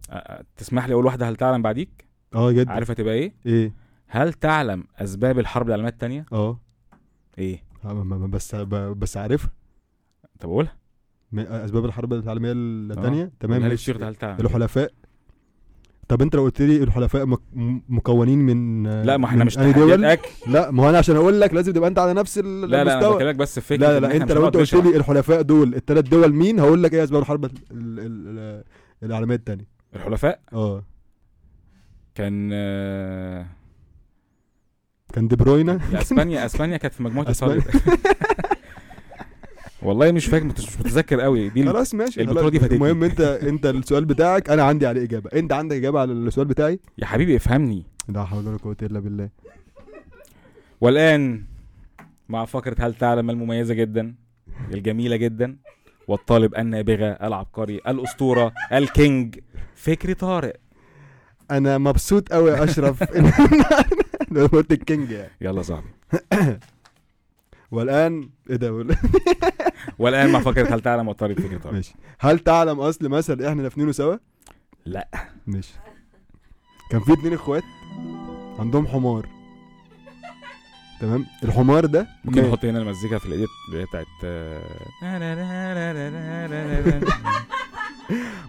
Speaker 2: أه، أه، تسمح لي اقول واحده هل تعلم بعديك
Speaker 1: اه جدا
Speaker 2: عارف هتبقى ايه
Speaker 1: ايه
Speaker 2: هل تعلم اسباب الحرب العالميه الثانيه
Speaker 1: اه
Speaker 2: ايه
Speaker 1: آه، ما- ما- ما- بس ب- بس عارفها
Speaker 2: طب قولها
Speaker 1: م- اسباب الحرب العالميه
Speaker 2: آه.
Speaker 1: الثانيه تمام
Speaker 2: قولها لي
Speaker 1: ماشي.
Speaker 2: الشيخ ده هل تعلم
Speaker 1: الحلفاء طب انت لو قلت لي الحلفاء مك- م- مكونين من آه،
Speaker 2: لا ما احنا
Speaker 1: من
Speaker 2: مش
Speaker 1: أنهي
Speaker 2: تحديات
Speaker 1: دول؟
Speaker 2: اكل
Speaker 1: لا ما هو انا عشان اقول لك لازم تبقى انت على نفس ال-
Speaker 2: لا لا انا
Speaker 1: المستوى
Speaker 2: بكلمك بس في فكره
Speaker 1: لا
Speaker 2: إن
Speaker 1: لا
Speaker 2: إحنا
Speaker 1: انت
Speaker 2: مش
Speaker 1: لو
Speaker 2: هنقعد
Speaker 1: انت قلت
Speaker 2: نشرح.
Speaker 1: لي الحلفاء دول الثلاث دول مين هقول لك ايه اسباب الحرب ال- ال- ال- العالميه الثانيه
Speaker 2: الحلفاء
Speaker 1: اه
Speaker 2: كان آه،
Speaker 1: كان دي بروينا
Speaker 2: لا، اسبانيا اسبانيا كانت في مجموعه
Speaker 1: أسبانيا.
Speaker 2: ايطاليا والله مش فاكر مش متذكر قوي دي ال-
Speaker 1: خلاص ماشي
Speaker 2: البطولة
Speaker 1: خلاص.
Speaker 2: دي فاتتني.
Speaker 1: المهم انت انت السؤال بتاعك انا عندي عليه اجابه انت عندك اجابه على السؤال بتاعي
Speaker 2: يا حبيبي افهمني
Speaker 1: لا حول ولا قوه الا بالله
Speaker 2: والان مع فقره هل تعلم المميزه جدا الجميله جدا والطالب النابغه العبقري الاسطوره الكينج فكري طارق
Speaker 1: انا مبسوط قوي يا اشرف ان انا قلت الكينج يعني
Speaker 2: يلا يا صاحبي
Speaker 1: والان ايه ده
Speaker 2: والان مع فقره هل تعلم والطالب فكري طارق
Speaker 1: ماشي هل تعلم اصل مثل احنا دافنينه سوا
Speaker 2: لا
Speaker 1: ماشي كان في اتنين اخوات عندهم حمار تمام الحمار ده
Speaker 2: ممكن
Speaker 1: مات.
Speaker 2: نحط هنا المزيكا في الايديت اللي هي بتاعت آه،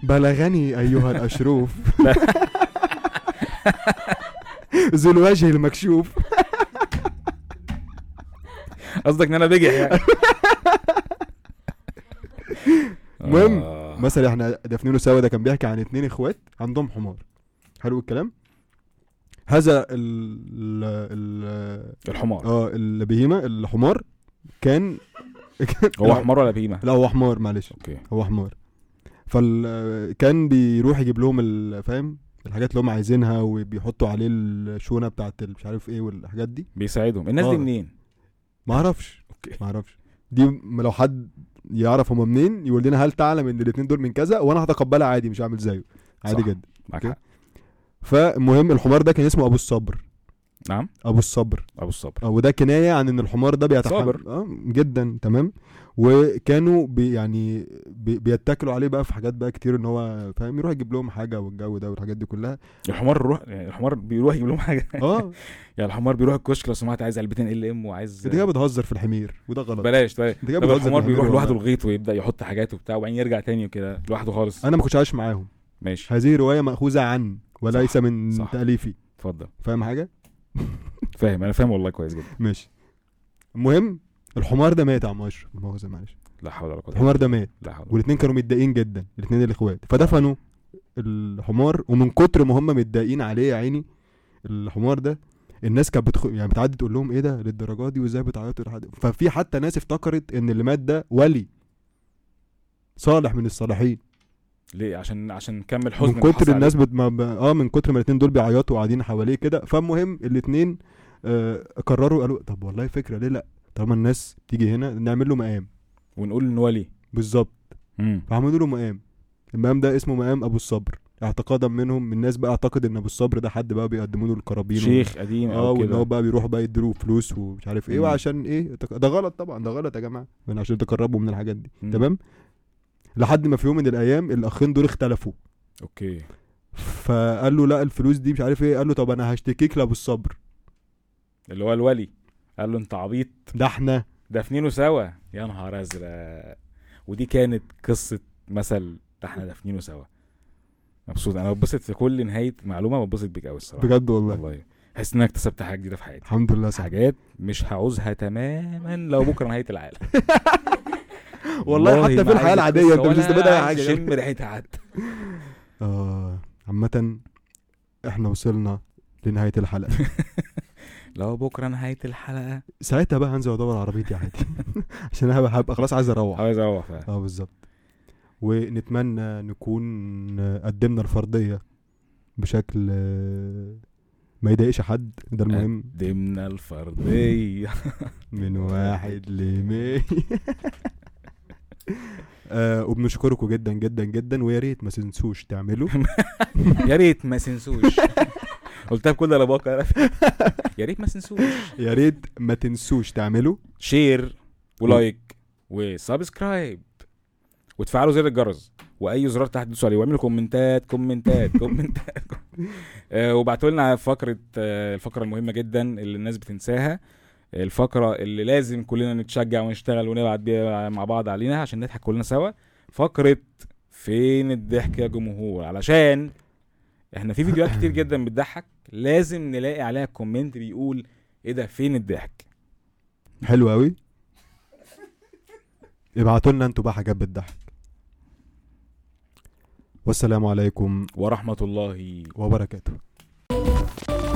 Speaker 1: بلغني ايها الاشروف ذو الوجه المكشوف
Speaker 2: قصدك ان انا بجح يعني
Speaker 1: المهم،
Speaker 2: آه.
Speaker 1: مثلا احنا دفنينه سوا ده كان بيحكي عن اتنين اخوات عندهم حمار حلو الكلام هذا ال ال
Speaker 2: الحمار
Speaker 1: اه البهيمه الحمار كان
Speaker 2: هو حمار ولا بهيمه
Speaker 1: لا هو حمار معلش
Speaker 2: اوكي
Speaker 1: هو حمار فال كان بيروح يجيب لهم ال- فاهم الحاجات اللي هم عايزينها وبيحطوا عليه الشونه بتاعت ال- مش عارف ايه والحاجات دي
Speaker 2: بيساعدهم الناس دي
Speaker 1: آه.
Speaker 2: منين
Speaker 1: ما اعرفش
Speaker 2: اوكي
Speaker 1: ما اعرفش دي م- لو حد يعرف هما منين يقول لنا هل تعلم ان الاثنين دول من كذا وانا هتقبلها عادي مش هعمل زيه عادي
Speaker 2: صح.
Speaker 1: جدا
Speaker 2: معاك
Speaker 1: أوكي.
Speaker 2: حق.
Speaker 1: فالمهم الحمار ده كان اسمه ابو الصبر
Speaker 2: نعم
Speaker 1: ابو الصبر
Speaker 2: ابو الصبر
Speaker 1: آه، وده كنايه عن ان الحمار ده بيتحمل
Speaker 2: صابر.
Speaker 1: اه جدا تمام وكانوا بي يعني بي بيتكلوا عليه بقى في حاجات بقى كتير ان هو فاهم يروح يجيب لهم حاجه والجو ده والحاجات دي كلها
Speaker 2: الحمار روح يعني الحمار بيروح يجيب لهم حاجه
Speaker 1: اه
Speaker 2: يعني الحمار بيروح الكشك لو سمعت عايز علبتين ال ام وعايز
Speaker 1: انت كده بتهزر في الحمير وده غلط
Speaker 2: بلاش بلاش
Speaker 1: انت كده
Speaker 2: طب
Speaker 1: بتهزر في
Speaker 2: الحمار بيروح
Speaker 1: والله.
Speaker 2: لوحده الغيط ويبدا يحط حاجات وبتاع وبعدين يرجع تاني وكده لوحده خالص
Speaker 1: انا ما كنتش عايش معاهم
Speaker 2: ماشي
Speaker 1: هذه روايه ماخوذه عن وليس من
Speaker 2: صح.
Speaker 1: تاليفي
Speaker 2: اتفضل
Speaker 1: فاهم حاجه
Speaker 2: فاهم انا فاهم والله كويس جدا
Speaker 1: ماشي المهم الحمار ده مات يا عم اشرف مؤاخذه معلش
Speaker 2: لا حول ولا قوه إلا بالله.
Speaker 1: الحمار ده مات
Speaker 2: لا حول ولا
Speaker 1: والاتنين كانوا متضايقين جدا الاتنين الاخوات فدفنوا الحمار ومن كتر ما هم متضايقين عليه يا عيني الحمار ده الناس كانت بتخ... يعني بتعدي تقول لهم ايه ده للدرجه دي وازاي بتعيطوا لحد ففي حتى ناس افتكرت ان اللي مات ده ولي صالح من الصالحين
Speaker 2: ليه عشان عشان نكمل حزن
Speaker 1: من كتر الناس بت... ما... ب- اه من كتر ما الاتنين دول بيعيطوا وقاعدين حواليه كده فالمهم الاتنين آه قرروا قالوا طب والله فكره ليه لا طالما الناس تيجي هنا نعمل له مقام
Speaker 2: ونقول ان هو ليه
Speaker 1: بالظبط
Speaker 2: مم.
Speaker 1: فعملوا له مقام المقام ده اسمه مقام ابو الصبر اعتقادا منهم الناس بقى اعتقد ان ابو الصبر ده حد بقى بيقدموا له الكرابين
Speaker 2: شيخ قديم
Speaker 1: اه
Speaker 2: او
Speaker 1: وان هو
Speaker 2: كده
Speaker 1: بقى بيروحوا بقى يديله فلوس ومش عارف ايه
Speaker 2: مم.
Speaker 1: وعشان ايه تك- ده غلط طبعا ده غلط يا جماعه من عشان تقربوا من الحاجات دي
Speaker 2: مم.
Speaker 1: تمام لحد ما في يوم من الايام الاخين دول اختلفوا
Speaker 2: اوكي
Speaker 1: فقال له لا الفلوس دي مش عارف ايه قال له طب انا هشتكيك لابو الصبر
Speaker 2: اللي هو الولي قال له انت عبيط
Speaker 1: ده احنا
Speaker 2: دافنينه سوا يا نهار ازرق ودي كانت قصه مثل ده احنا دافنينه سوا مبسوط انا ببسط في كل نهايه معلومه ببسط بيك قوي الصراحه
Speaker 1: بجد والله
Speaker 2: والله حاسس ان انا اكتسبت حاجه جديده في حياتي
Speaker 1: الحمد لله صح
Speaker 2: حاجات مش هعوزها تماما لو بكره نهايه العالم
Speaker 1: والله حتى
Speaker 2: ما
Speaker 1: في الحياه
Speaker 2: عايز
Speaker 1: العاديه انت
Speaker 2: قصة
Speaker 1: مش
Speaker 2: ولا
Speaker 1: مستفيد اي
Speaker 2: عايز
Speaker 1: حاجه
Speaker 2: شم ريحتها حتى
Speaker 1: اه عامه احنا وصلنا لنهايه الحلقه
Speaker 2: لو بكره نهايه الحلقه
Speaker 1: ساعتها بقى هنزل ادور عربيتي عادي عشان انا هبقى هبقى خلاص عايز اروح
Speaker 2: عايز اروح فعلا
Speaker 1: اه بالظبط ونتمنى نكون قدمنا الفرضيه بشكل آه، ما يضايقش حد ده المهم
Speaker 2: قدمنا الفرديه
Speaker 1: من واحد لمية آه وبنشكركم جدا جدا جدا ويا ريت ما تنسوش تعملوا
Speaker 2: يا ريت ما سنسوش قلتها بكل رباقه يا رفيق. يا ريت ما سنسوش
Speaker 1: يا ريت ما تنسوش تعملوا
Speaker 2: شير ولايك وسبسكرايب وتفعلوا زر الجرس واي زرار تحت تدوسوا عليه واعملوا كومنتات كومنتات كومنتات آه، وابعتوا لنا على فقره آه، الفقره المهمه جدا اللي الناس بتنساها الفقره اللي لازم كلنا نتشجع ونشتغل ونبعت بيها مع بعض علينا عشان نضحك كلنا سوا فقره فين الضحك يا جمهور علشان احنا في فيديوهات كتير جدا بتضحك لازم نلاقي عليها كومنت بيقول ايه ده فين الضحك
Speaker 1: حلو قوي ابعتوا لنا انتوا بقى حاجات بتضحك والسلام عليكم
Speaker 2: ورحمه الله
Speaker 1: وبركاته
Speaker 3: Thank you.